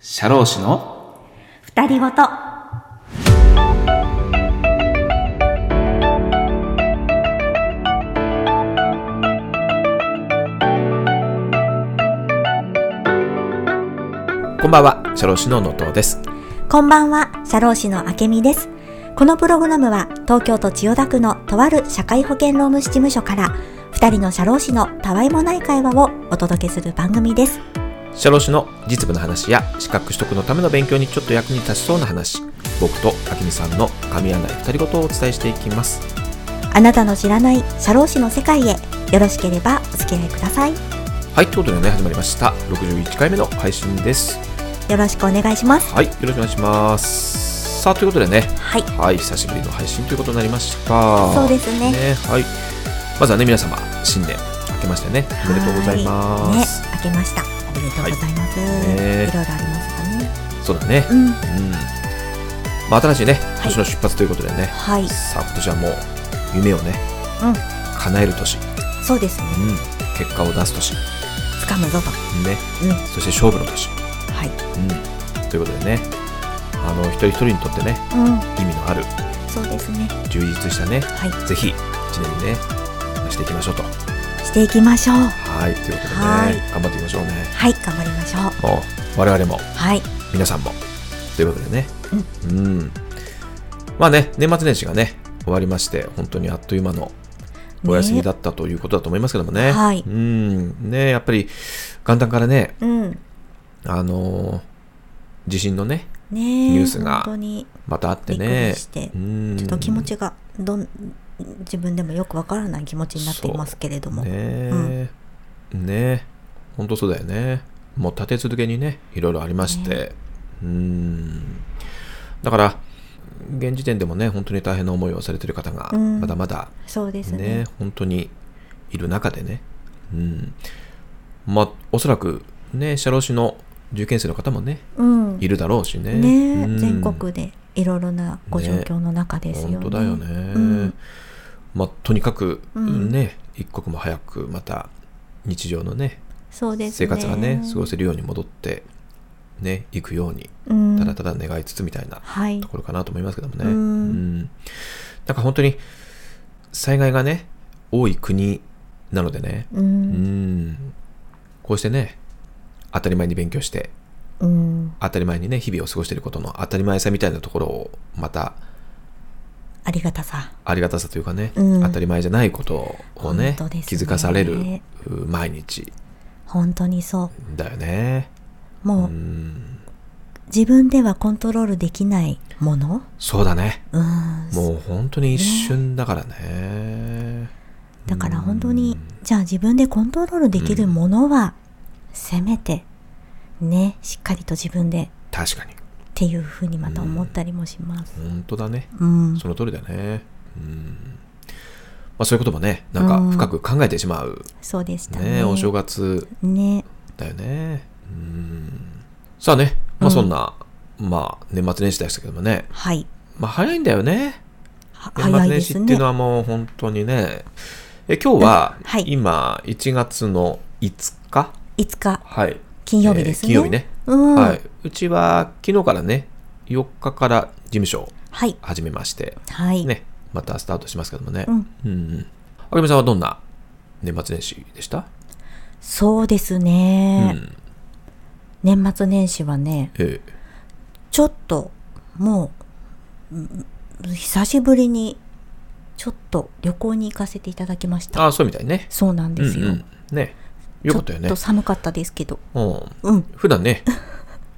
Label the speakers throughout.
Speaker 1: 社労士の
Speaker 2: 二人ごと。
Speaker 1: こんばんは社労士の野党です
Speaker 2: こんばんは、社労士のあけみです。このプログラムは、東京都千代田区のとある社会保険労務士事務所から、二人の社労士のたわいもない会話をお届けする番組です。
Speaker 1: 社労士の実務の話や資格取得のための勉強にちょっと役に立ちそうな話僕とあきみさんの神穴二人ごとをお伝えしていきます
Speaker 2: あなたの知らない社労士の世界へ、よろしければお付き合いください。
Speaker 1: はいということでね始まりました61回目の配信です
Speaker 2: よろしくお願いします。
Speaker 1: はいよろしくお願いしますさあということでね
Speaker 2: はい。
Speaker 1: はい久しぶりの配信ということになりました
Speaker 2: そうですね
Speaker 1: はいまずはね皆様新年明けましてねおめでとうございます、
Speaker 2: はいね、明けました。おめでとうございます。
Speaker 1: いね
Speaker 2: いろいろありますかね。
Speaker 1: そうだね
Speaker 2: う
Speaker 1: う
Speaker 2: ん。
Speaker 1: んまあ、新しいね年の出発ということでね、
Speaker 2: はい。
Speaker 1: さあ今年はもう夢をね
Speaker 2: うん。
Speaker 1: 叶える年、
Speaker 2: そうですね。
Speaker 1: うん、結果を出す年、ね、
Speaker 2: 掴むぞと。うん。は
Speaker 1: そして勝負の年、
Speaker 2: い。
Speaker 1: うん、ということでねあの一人一人にとってね
Speaker 2: うん。
Speaker 1: 意味のある
Speaker 2: そうですね。
Speaker 1: 充実したね
Speaker 2: はい。
Speaker 1: ぜひ一年にねしていきましょうと
Speaker 2: していきましょう。
Speaker 1: はいということでね
Speaker 2: はい
Speaker 1: 頑張っていきましょうね
Speaker 2: はい、頑張りましょう。
Speaker 1: もう我々も
Speaker 2: はい。
Speaker 1: 皆さんもということでねうん、まあね年末年始がね終わりまして本当にあっという間のお休みだったということだと思いますけどもね
Speaker 2: はい
Speaker 1: うんねやっぱり元旦からね
Speaker 2: うん。
Speaker 1: あのー地震のね
Speaker 2: ねえ
Speaker 1: ニュースが
Speaker 2: 本当に、
Speaker 1: またあってね
Speaker 2: びっくりして
Speaker 1: うん
Speaker 2: ちょっと気持ちが、どん、自分でもよくわからない気持ちになっていますけれども。
Speaker 1: ね
Speaker 2: うん
Speaker 1: ね本当そうだよねもう立て続けにねいろいろありまして、うんだから現時点でもね本当に大変な思いをされてる方が
Speaker 2: うん
Speaker 1: まだまだ
Speaker 2: そうです
Speaker 1: ね,、
Speaker 2: ね。
Speaker 1: 本当にいる中でねうんまあおそらくね社労士の受験生の方もね
Speaker 2: うん。
Speaker 1: いるだろうしね
Speaker 2: ねえ
Speaker 1: うん
Speaker 2: 全国でいろいろなご状況の中ですよね。
Speaker 1: 本当だよね、
Speaker 2: うん
Speaker 1: まあとにかく、
Speaker 2: うん
Speaker 1: ね一刻も早くまた日常のね
Speaker 2: そうです
Speaker 1: 生
Speaker 2: ね。
Speaker 1: 活がね過ごせるように戻ってね行くように
Speaker 2: うん
Speaker 1: ただただ願いつつみたいな
Speaker 2: はい
Speaker 1: と。ころかなと思いますけどもね、
Speaker 2: うん
Speaker 1: なんか本当に災害がね多い国なのでね
Speaker 2: う
Speaker 1: うん
Speaker 2: ん。
Speaker 1: こうしてね当たり前に勉強して
Speaker 2: うん。
Speaker 1: 当たり前にね日々を過ごしていることの当たり前さみたいなところをまた
Speaker 2: ありがたさ。
Speaker 1: ありがたさというかね、
Speaker 2: うん
Speaker 1: 当たり前じゃないことをね
Speaker 2: 本当です
Speaker 1: 気
Speaker 2: ね
Speaker 1: づかされるう毎日
Speaker 2: 本当にそ
Speaker 1: だよね
Speaker 2: う。も
Speaker 1: う
Speaker 2: う、
Speaker 1: ん
Speaker 2: 自分ではコントロールできないもの
Speaker 1: そうだね
Speaker 2: うん。
Speaker 1: もう本当に一瞬だからね
Speaker 2: だから本当に、じゃあ自分でコントロールできるものは、せめて、ね、しっかりと自分で
Speaker 1: 確かに
Speaker 2: っていうふうにまた思ったりもします。
Speaker 1: 本当だね
Speaker 2: うん。
Speaker 1: その通りだねうんまあそういうこともねなんか深く考えてしまう
Speaker 2: そうでした
Speaker 1: ね
Speaker 2: ね。
Speaker 1: お正月
Speaker 2: ね。
Speaker 1: だよねうんさあねまあそんな、まあ年末年始でしたけどもね
Speaker 2: はい。
Speaker 1: まあ早いんだよね
Speaker 2: は
Speaker 1: 年末
Speaker 2: 早
Speaker 1: 年
Speaker 2: いで
Speaker 1: 始
Speaker 2: す
Speaker 1: っていう
Speaker 2: ね
Speaker 1: の。はもう本当にねえ今日は
Speaker 2: うんはい
Speaker 1: 今1月の5日
Speaker 2: 5日、
Speaker 1: はい
Speaker 2: 金曜日です
Speaker 1: え
Speaker 2: ね。
Speaker 1: ー金曜日ね、
Speaker 2: うん。
Speaker 1: は
Speaker 2: はい
Speaker 1: い、うちは昨日からね4日から事務所を。
Speaker 2: はい。
Speaker 1: 始めまして
Speaker 2: はい。
Speaker 1: ねまたスタートしますけどもね
Speaker 2: うん
Speaker 1: うんうんあかみさんはどんな年末年始でした、
Speaker 2: そうです
Speaker 1: う
Speaker 2: ね。
Speaker 1: ん
Speaker 2: 年末年始はね、
Speaker 1: え
Speaker 2: ちょっと、もう、うん久しぶりに、ちょっと旅行に行かせていただきまし
Speaker 1: え
Speaker 2: た。
Speaker 1: あそうみたいね
Speaker 2: そうなんです
Speaker 1: う
Speaker 2: よ。
Speaker 1: んうん、ねよかったよね
Speaker 2: ちょっと寒かったですけど。
Speaker 1: うん
Speaker 2: うん。
Speaker 1: 普段 ね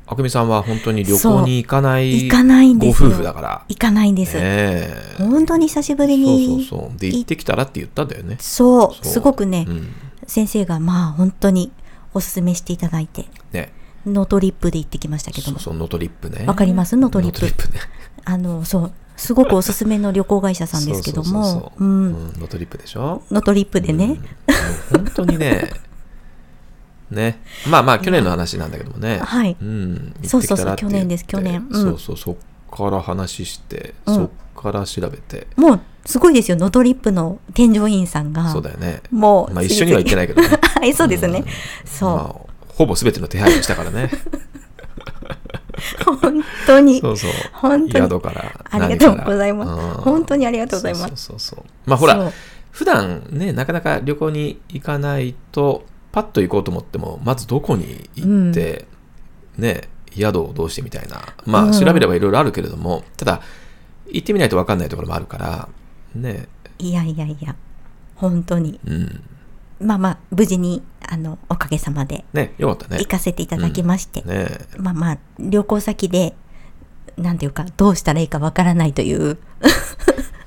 Speaker 1: あくみさんは本当に旅
Speaker 2: そ
Speaker 1: 行
Speaker 2: う
Speaker 1: に行かない
Speaker 2: 行かないん
Speaker 1: ご
Speaker 2: ですよ
Speaker 1: 夫婦だから
Speaker 2: 行かないんです。
Speaker 1: ねえ
Speaker 2: 本当に久しぶり
Speaker 1: そう
Speaker 2: に。
Speaker 1: そうそう。で、行ってきたらって言ったんだよね。
Speaker 2: そう
Speaker 1: そう
Speaker 2: すごくね、
Speaker 1: うん。
Speaker 2: 先生がまあ本当におすすめしていただいて、
Speaker 1: ね。
Speaker 2: ノートリップで行ってきましたけど
Speaker 1: そう
Speaker 2: も。
Speaker 1: そう、ノトリップね。
Speaker 2: わかりますノートリップ
Speaker 1: ノートリップね。
Speaker 2: あの、そう、すごくおすすめの旅行会社さんですけど
Speaker 1: そうそう
Speaker 2: も
Speaker 1: そ、う
Speaker 2: う
Speaker 1: そううん
Speaker 2: ん。
Speaker 1: ノートリップでしょ
Speaker 2: ノートリップでね。
Speaker 1: うん本当にね。ね。まあまあ、去年の話なんだけどもね。
Speaker 2: はい
Speaker 1: うん。
Speaker 2: そうそうそう
Speaker 1: 行ってきたらって言って
Speaker 2: 去年です去年うん
Speaker 1: そうそう、そっから話して、
Speaker 2: うん
Speaker 1: そっから調べて。
Speaker 2: もう、すごいですよ。ノートリップの添乗員さんが。
Speaker 1: そうだよね。
Speaker 2: もう、
Speaker 1: まあ一緒には行ってない けどね。
Speaker 2: はい、そうですね。そう。
Speaker 1: まあ、ほぼ全ての手配をしたからね。
Speaker 2: 本当に
Speaker 1: そうそう
Speaker 2: 本当に
Speaker 1: 宿から
Speaker 2: ありがとうございます
Speaker 1: す
Speaker 2: 本当にありがとうございます
Speaker 1: そうそうそうそうまあほら
Speaker 2: そう
Speaker 1: 普段ねなかなか旅行に行かないとパッと行こうと思ってもまずどこに行って、ね宿をどうしてみたいなま
Speaker 2: うん
Speaker 1: あ調べればいろいろあるけれども、ただ行ってみないと分かんないところもあるからね
Speaker 2: いやいやいや本当に
Speaker 1: うん
Speaker 2: まあまあ無事にあのおかげさまで
Speaker 1: ねよかったね
Speaker 2: 行かせていただきまして、
Speaker 1: ね
Speaker 2: まあまあ旅行先でなんていうかどうしたらいいかわからないという、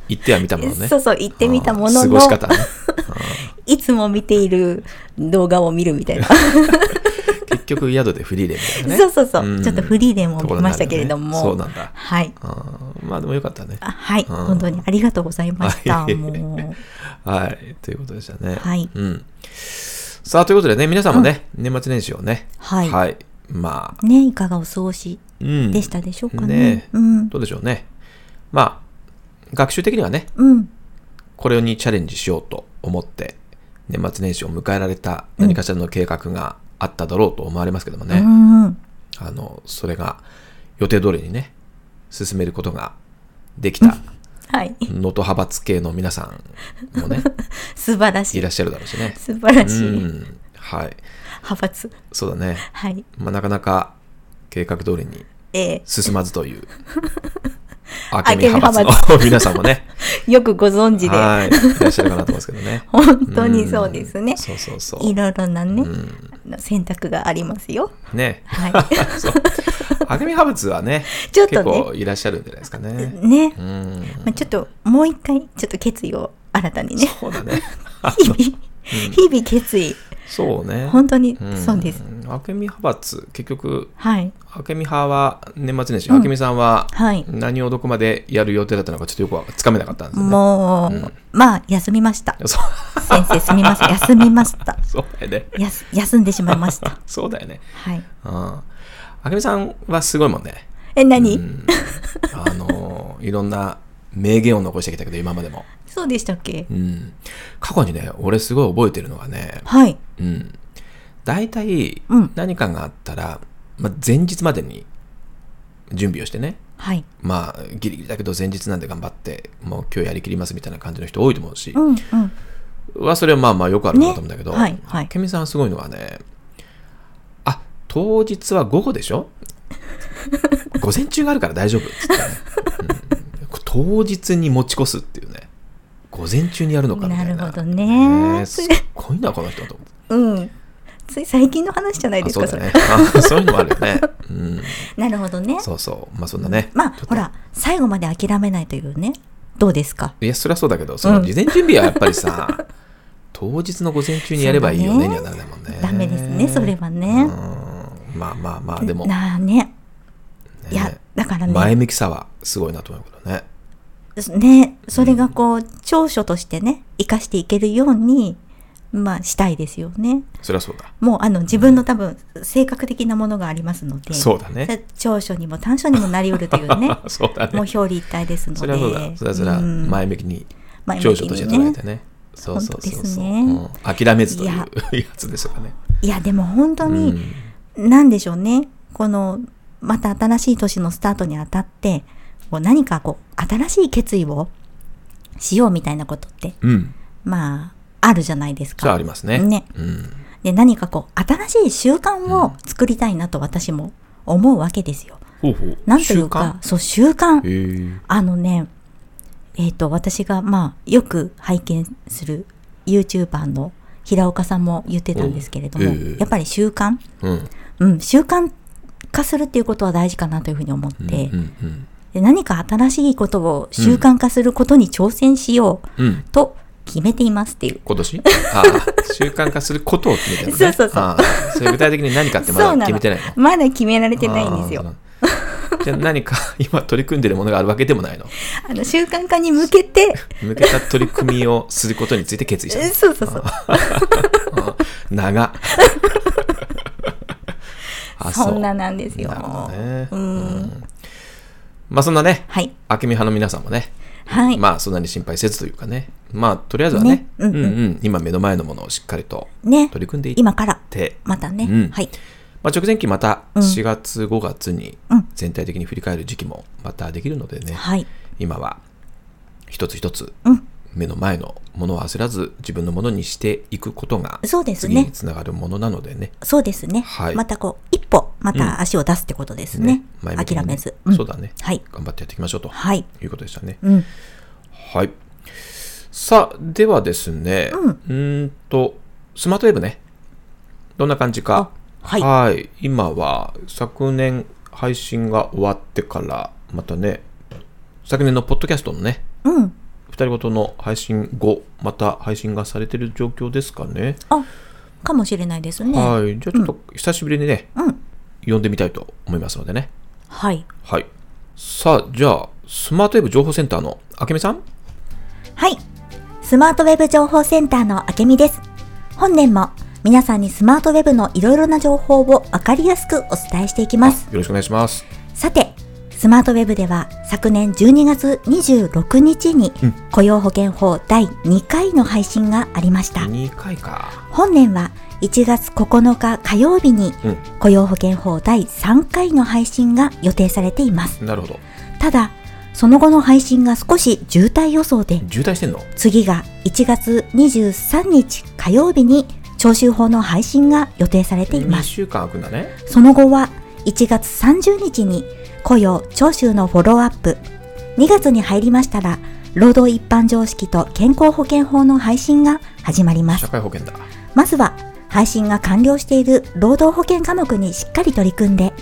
Speaker 1: 行ってはみたものね
Speaker 2: そうそう行ってみたも
Speaker 1: あ
Speaker 2: の
Speaker 1: ー過
Speaker 2: の
Speaker 1: ごし方ねあ
Speaker 2: いつも見ている動画を見る みたいな、
Speaker 1: ー結局宿でフリーレンみたいなね
Speaker 2: そうそうそう、
Speaker 1: うん
Speaker 2: ちょっとフリーでも
Speaker 1: とこ
Speaker 2: 見
Speaker 1: ろになるよね
Speaker 2: ましたけれども、
Speaker 1: そうなんだ
Speaker 2: はい
Speaker 1: あーまあでもよかったね
Speaker 2: あはい、
Speaker 1: うん
Speaker 2: 本当にありがとうございました、
Speaker 1: はい
Speaker 2: も
Speaker 1: はいということでしたね
Speaker 2: うはい
Speaker 1: うん。さあ、ということでね、皆さんもね、年末年始をね、
Speaker 2: はい、
Speaker 1: まあ、
Speaker 2: ねいかがお過ごし
Speaker 1: うん。
Speaker 2: でしたでしょうかね,、
Speaker 1: ね
Speaker 2: うん
Speaker 1: どうでしょうね。まあ、学習的にはね、
Speaker 2: うん
Speaker 1: これにチャレンジしようと思って、年末年始を迎えられた何かしらの計画があっただろうと思われますけども
Speaker 2: う
Speaker 1: ね、
Speaker 2: んうん
Speaker 1: あの、それが予定通りにね、進めることができた、
Speaker 2: はい
Speaker 1: 能登派閥系の皆さんも ね、
Speaker 2: 素晴らし
Speaker 1: い
Speaker 2: い
Speaker 1: らっしゃるだろうしね。
Speaker 2: 素晴らしい、
Speaker 1: うん。はい。
Speaker 2: 派閥
Speaker 1: そうだね。
Speaker 2: はい
Speaker 1: まあ、なかなか計画通りに
Speaker 2: え
Speaker 1: 進まずと いう、あ
Speaker 2: け
Speaker 1: けみ
Speaker 2: み派
Speaker 1: 派
Speaker 2: 閥
Speaker 1: 閥の 皆さんも ね、
Speaker 2: えよくご存知で。
Speaker 1: はい、いらっしゃるかなと思いますけどね
Speaker 2: 本当にそうですね
Speaker 1: んそうそうそう。
Speaker 2: いろいろなね、
Speaker 1: うん
Speaker 2: あの選択がありますよ
Speaker 1: ね。
Speaker 2: は
Speaker 1: そう。あけみ派閥はね、
Speaker 2: ちょっとね
Speaker 1: 結構いらっしゃるんじゃないですかね。
Speaker 2: い ね、
Speaker 1: うん。
Speaker 2: まあ、ちょっともう一回ちょっと決意を新たにね
Speaker 1: そうだね。
Speaker 2: 日々、日々決意
Speaker 1: そうね。
Speaker 2: 本当に
Speaker 1: ん
Speaker 2: そうです、。
Speaker 1: あけみ派閥、結局、
Speaker 2: はい
Speaker 1: あけみ派は年末年始、あけみさんは
Speaker 2: はい
Speaker 1: 何をどこまでやる予定だったのかちょっとよくつかめなかったんですよね。
Speaker 2: もう、
Speaker 1: うん
Speaker 2: まあ休みました
Speaker 1: そう
Speaker 2: 先生すみません休みました
Speaker 1: そうだよね。
Speaker 2: やす休んでしまいま した
Speaker 1: そうだよね。
Speaker 2: はい
Speaker 1: うん。あけみさんはすごいもん ね。
Speaker 2: え何、
Speaker 1: うん、あのーいろんな名言を残してきたけど、今までも。
Speaker 2: そうでしたっけ
Speaker 1: うん。過去にね、俺すごい覚えてるのがね、
Speaker 2: はい
Speaker 1: うん。大体
Speaker 2: うん、
Speaker 1: 何かがあったら、まあ、前日までに準備をしてね。
Speaker 2: はい
Speaker 1: まあ、ギリギリだけど前日なんで頑張って、もう今日やりきりますみたいな感じの人多いと思うし
Speaker 2: う、んうん
Speaker 1: はそれはまあまあよくあることだと思うんだけど、
Speaker 2: ねはいはい
Speaker 1: ケミさんはすごいのはねあ当日は午後でしょ 午前中があるから大丈夫っつってね、うん当日に持ち越すっていうね午前中にやるのかみたいな
Speaker 2: なるほどね
Speaker 1: えすっごいなこの人と思って
Speaker 2: うんつい最近の話じゃない
Speaker 1: あ
Speaker 2: です
Speaker 1: そうだ
Speaker 2: かそれ、
Speaker 1: ね あそういうのもあるよ ね、うん、
Speaker 2: なるほどね
Speaker 1: そうそうまあそんなね
Speaker 2: まあ
Speaker 1: ちょっと
Speaker 2: ほら最後まで諦めないというねどうですか
Speaker 1: いやそりゃそうだけどその事前準備はやっぱりさ、 当日の午前中にやればいいよねにはならないもんね
Speaker 2: ダメですねそれはね
Speaker 1: うんまあまあまあでも、ね
Speaker 2: なあねいやだからね
Speaker 1: 前向きさはすごいなと思うけどね
Speaker 2: ね、それがこう、長所としてね、生かしていけるように、まあ、したいですよね。
Speaker 1: そりゃそうだ
Speaker 2: もう、あの、自分の多分、性格的なものがありますので、
Speaker 1: そうだね
Speaker 2: さ長所にも短所にもなりうるというね、
Speaker 1: そうだ
Speaker 2: もう
Speaker 1: ね
Speaker 2: 表裏一体ですので、
Speaker 1: そりゃそうだそりゃそりゃ
Speaker 2: うん
Speaker 1: 前向きに
Speaker 2: 前向きにね
Speaker 1: 長所として捉えてねそうそうそうそう、うん
Speaker 2: 本
Speaker 1: 諦めずという
Speaker 2: い
Speaker 1: や
Speaker 2: や
Speaker 1: つですよね
Speaker 2: いや、でも本当
Speaker 1: う
Speaker 2: に、
Speaker 1: ん
Speaker 2: なんでしょうね、この、また新しい年のスタートにあたって、こう何かこう、新しい決意をしようみたいなことって、
Speaker 1: うん
Speaker 2: まあ、あるじゃないですか。
Speaker 1: それはありますね
Speaker 2: ね
Speaker 1: うん、
Speaker 2: で何かこう新しい習慣を作りたいなと私も思うわけですよ。
Speaker 1: ほうほう
Speaker 2: なんというかそう習
Speaker 1: 習
Speaker 2: 慣
Speaker 1: 慣へえ
Speaker 2: あのねえっ、と私がまあよく拝見する YouTuber の平岡さんも言ってたんですけれども、
Speaker 1: うんええ
Speaker 2: やっぱり習慣、
Speaker 1: うん
Speaker 2: うん、習慣化するっていうことは大事かなというふうに思って、
Speaker 1: うんうん
Speaker 2: で何か新しいことを習慣化することに挑戦しよう
Speaker 1: うんうん
Speaker 2: と決めていますっていう。
Speaker 1: 今 年ああ習慣化することを決めてるのね
Speaker 2: そうそうそう
Speaker 1: ああそれ具体的に何かってま
Speaker 2: そう
Speaker 1: だ
Speaker 2: な
Speaker 1: 決
Speaker 2: の
Speaker 1: めてないの
Speaker 2: まだ決められてないんですよ。
Speaker 1: あー。じゃあ何か 今取り組んでるものがあるわけでもないの。
Speaker 2: あの習慣化に向け て
Speaker 1: 向けた取り組みをすることについて決意した
Speaker 2: えそうそうそう。
Speaker 1: の。うん 長。あ
Speaker 2: そんななんですよ。
Speaker 1: なるほどね。
Speaker 2: うん。
Speaker 1: まあそんなね、
Speaker 2: はい。
Speaker 1: あけみ派の皆さんもね、
Speaker 2: はい。
Speaker 1: まあそんなに心配せずというかね、まあとりあえずはね、
Speaker 2: ね
Speaker 1: う
Speaker 2: うんん
Speaker 1: う
Speaker 2: うん
Speaker 1: ん、今目の前のものをしっかりと
Speaker 2: ね
Speaker 1: 取。り組んでいっ
Speaker 2: 今から、
Speaker 1: て、
Speaker 2: またね。
Speaker 1: うん
Speaker 2: はい。
Speaker 1: まあ、直前期また
Speaker 2: うん
Speaker 1: 4月5月に
Speaker 2: うん
Speaker 1: 全体的に振り返る時期もまたできるのでね、
Speaker 2: はい。
Speaker 1: 今は一つ一つ
Speaker 2: うん
Speaker 1: 目の前のものを焦らず自分のものにしていくことが
Speaker 2: そうです
Speaker 1: 次に
Speaker 2: ね。
Speaker 1: つながるものなのでね
Speaker 2: そうですね。
Speaker 1: はい
Speaker 2: またこう、一歩、また足を出すってことですね。
Speaker 1: 前向きに
Speaker 2: 諦めず。ん
Speaker 1: そうだね
Speaker 2: はい。
Speaker 1: 頑張ってやっていきましょうと
Speaker 2: はい。
Speaker 1: いうことでしたね
Speaker 2: うん。
Speaker 1: はいさあではですね
Speaker 2: うん
Speaker 1: うーんとスマートウェブねどんな感じ
Speaker 2: あ
Speaker 1: か、
Speaker 2: はい。
Speaker 1: はい今は昨年配信が終わってからまたね昨年のポッドキャストのね
Speaker 2: うん。
Speaker 1: 二人ごとの配信後また配信がされてる状況ですかね
Speaker 2: あ、かもしれないですね。
Speaker 1: はいじゃあちょっと久しぶりにね、
Speaker 2: うん。
Speaker 1: 読んでみたいと思いますのでね
Speaker 2: はい。
Speaker 1: はいさあじゃあスマートウェブ情報センターのあけみさん
Speaker 2: はい。スマートウェブ情報センターのあけみです。本年も皆さんにスマートウェブのいろいろな情報をわかりやすくお伝えしていきます。
Speaker 1: よろしくお願いします
Speaker 2: さて、スマートウェブでは昨年12月26日に
Speaker 1: うん
Speaker 2: 雇用保険法第2回の配信がありました。
Speaker 1: 2回か
Speaker 2: 本年は1月9日火曜日に
Speaker 1: う
Speaker 2: 雇用保険法第3回の配信が予定されています。
Speaker 1: んなるほど
Speaker 2: ただ、その後の配信が少し渋滞予想で、
Speaker 1: 渋滞してんの
Speaker 2: 次が1月23日火曜日に徴収法の配信が予定されてい
Speaker 1: 2
Speaker 2: ます。
Speaker 1: 週間空くんだね
Speaker 2: その後は1月30日に雇用・徴収のフォローアップ、2月に入りましたら、労働一般常識と健康保険法の配信が始まります
Speaker 1: 社。会保険だ
Speaker 2: まずは配信が完了している労働保険科目にしっかり取り組んで、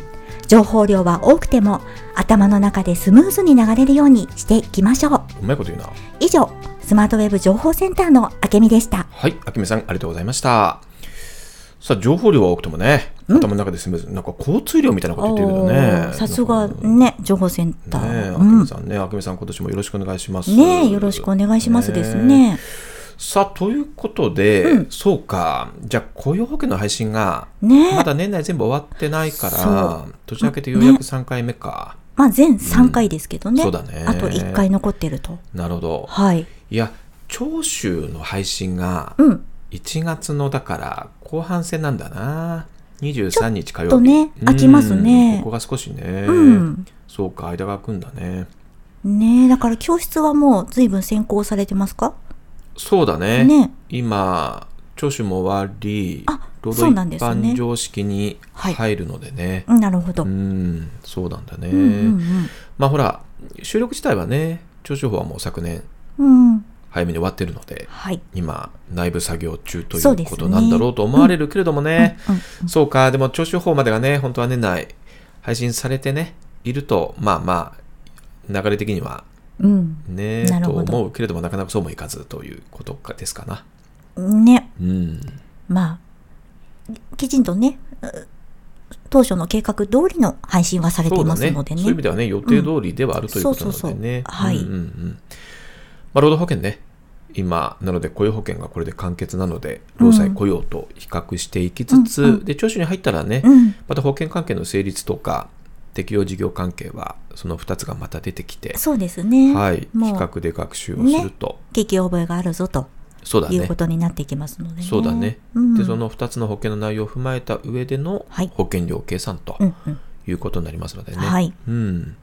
Speaker 2: 情報量は多くても頭の中でスムーズに流れるようにしていきましょう。
Speaker 1: うまいこと言うな
Speaker 2: 以上、スマートウェブ情報センターのあけみでした。
Speaker 1: はいあけみさんありがとうございましたさあ情報量は多くてもね頭の中でスムーズなんか交通量みたいなこと言ってるけどね
Speaker 2: さす
Speaker 1: な
Speaker 2: が
Speaker 1: んか
Speaker 2: ね、情報センタ
Speaker 1: ねえ、あ
Speaker 2: ー。う
Speaker 1: けみ
Speaker 2: ん。
Speaker 1: さんね、あけみさん、今年もよろしくお願いします。
Speaker 2: ねえ、よろしくお願いしますです
Speaker 1: え。
Speaker 2: ね。
Speaker 1: さあ、ということで、
Speaker 2: うん
Speaker 1: そうか、じゃあ、雇用保険の配信が、
Speaker 2: ね
Speaker 1: ま
Speaker 2: え。
Speaker 1: だ年内全部終わってないか
Speaker 2: そ
Speaker 1: ら、年明けてようやく3回目か。
Speaker 2: まあ全3回ですけどね。
Speaker 1: そうだね
Speaker 2: あと1回残ってると。
Speaker 1: なるほど。
Speaker 2: はい。
Speaker 1: いや、長州の配信が、
Speaker 2: うん。
Speaker 1: 1月の、だから、後半戦なんだな。23日火曜日。
Speaker 2: ちょっとね
Speaker 1: うん
Speaker 2: 空きますね
Speaker 1: ここが少しね。
Speaker 2: うん。
Speaker 1: そうか、間が空くんだね。
Speaker 2: ねえ、だから教室はもう随分先行されてますか
Speaker 1: そうだね。
Speaker 2: ね
Speaker 1: 今、聴取も終わり
Speaker 2: あ、
Speaker 1: 労
Speaker 2: そう
Speaker 1: 働
Speaker 2: なん
Speaker 1: 一
Speaker 2: ですね
Speaker 1: 般常識に
Speaker 2: はい
Speaker 1: 入るのでね。
Speaker 2: うんなるほど。
Speaker 1: うん、そうなんだね。
Speaker 2: うんうん
Speaker 1: まあほら、収録自体はね、聴取法はもう昨年
Speaker 2: うんうん
Speaker 1: 早めに終わってるので、
Speaker 2: はい。
Speaker 1: 今、内部作業中とい
Speaker 2: そうで
Speaker 1: う
Speaker 2: すね
Speaker 1: ことなんだろうと思われるけれどもね、
Speaker 2: うんうん
Speaker 1: そうか、でも聴取法までがね、本当は年内配信されてね、いると、まあまあ、流れ的には
Speaker 2: うん
Speaker 1: ね、
Speaker 2: なる
Speaker 1: と
Speaker 2: ほど
Speaker 1: 思うけれども、なかなかそうもいかずということかですかな。
Speaker 2: ね、
Speaker 1: うん。
Speaker 2: まあ、きちんとね、う当初の計画通りの配信はされていますので
Speaker 1: そうだそう
Speaker 2: ね。
Speaker 1: いう意味ではね、予定通りではあるということな
Speaker 2: そうそう
Speaker 1: の
Speaker 2: そう
Speaker 1: でね。
Speaker 2: はい
Speaker 1: うんうんうんまあ、労働保険ね、今、なので雇用保険がこれで完結なので、労災雇用と比較していきつつ、
Speaker 2: うんうん
Speaker 1: で、聴取に入ったらね、
Speaker 2: うん。
Speaker 1: また保険関係の成立とか、適用事業関係は、その2つがまた出てきて、
Speaker 2: そうですね。
Speaker 1: はい、比
Speaker 2: もう
Speaker 1: 較で学習をすると、
Speaker 2: 聞き覚えがあるぞと
Speaker 1: そうだ
Speaker 2: い
Speaker 1: ね
Speaker 2: うこ。とになっていきますのでね。
Speaker 1: そうだね、
Speaker 2: うん
Speaker 1: でその2つの保険の内容を踏まえた上での
Speaker 2: はい
Speaker 1: 保険料計算と
Speaker 2: うんうん。
Speaker 1: いうことになりますのでね、
Speaker 2: はい
Speaker 1: うん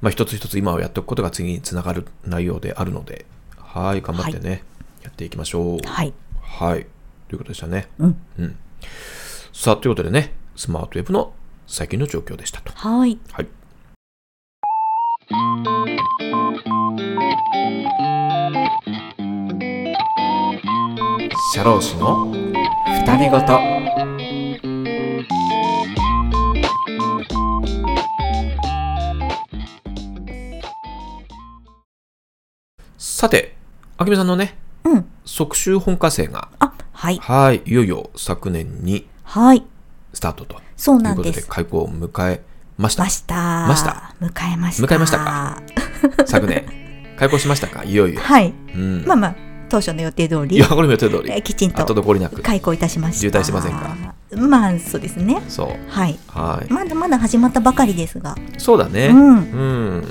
Speaker 1: まあ、一つ一つ今をやっておくことが次につながる内容であるので、はい、頑張ってね、やっていきましょう。
Speaker 2: はい。
Speaker 1: はい、ということでしたね。
Speaker 2: うん。
Speaker 1: うん、さあ、ということでね、スマートウェブの最近の状況でしたと。
Speaker 2: はい。
Speaker 1: はい。社労士の二人ごと。さて、あきみさんのね、
Speaker 2: うん。
Speaker 1: 即習本科生が、
Speaker 2: あ、はい。
Speaker 1: はい、いよいよ昨年に
Speaker 2: はい。
Speaker 1: スタートと
Speaker 2: そう
Speaker 1: い
Speaker 2: な
Speaker 1: うんこと
Speaker 2: で
Speaker 1: で、
Speaker 2: す。
Speaker 1: 開校を迎えました
Speaker 2: ま。した。
Speaker 1: ました。
Speaker 2: 迎えました。
Speaker 1: 迎えましたか。昨年、 開校しましたかいよいよ。
Speaker 2: はい。
Speaker 1: うん。
Speaker 2: まあまあ、当初の予定通
Speaker 1: い
Speaker 2: り
Speaker 1: や、、これも予定通
Speaker 2: え
Speaker 1: り。
Speaker 2: きちんと
Speaker 1: 後残りなく。
Speaker 2: 開校いたしました。
Speaker 1: 渋滞してませんか
Speaker 2: まあ、そうですね。
Speaker 1: そう。
Speaker 2: はい。
Speaker 1: はい。
Speaker 2: まだまだ始まったばかりですが。
Speaker 1: そうだ
Speaker 2: う
Speaker 1: ね。
Speaker 2: ん。
Speaker 1: うん。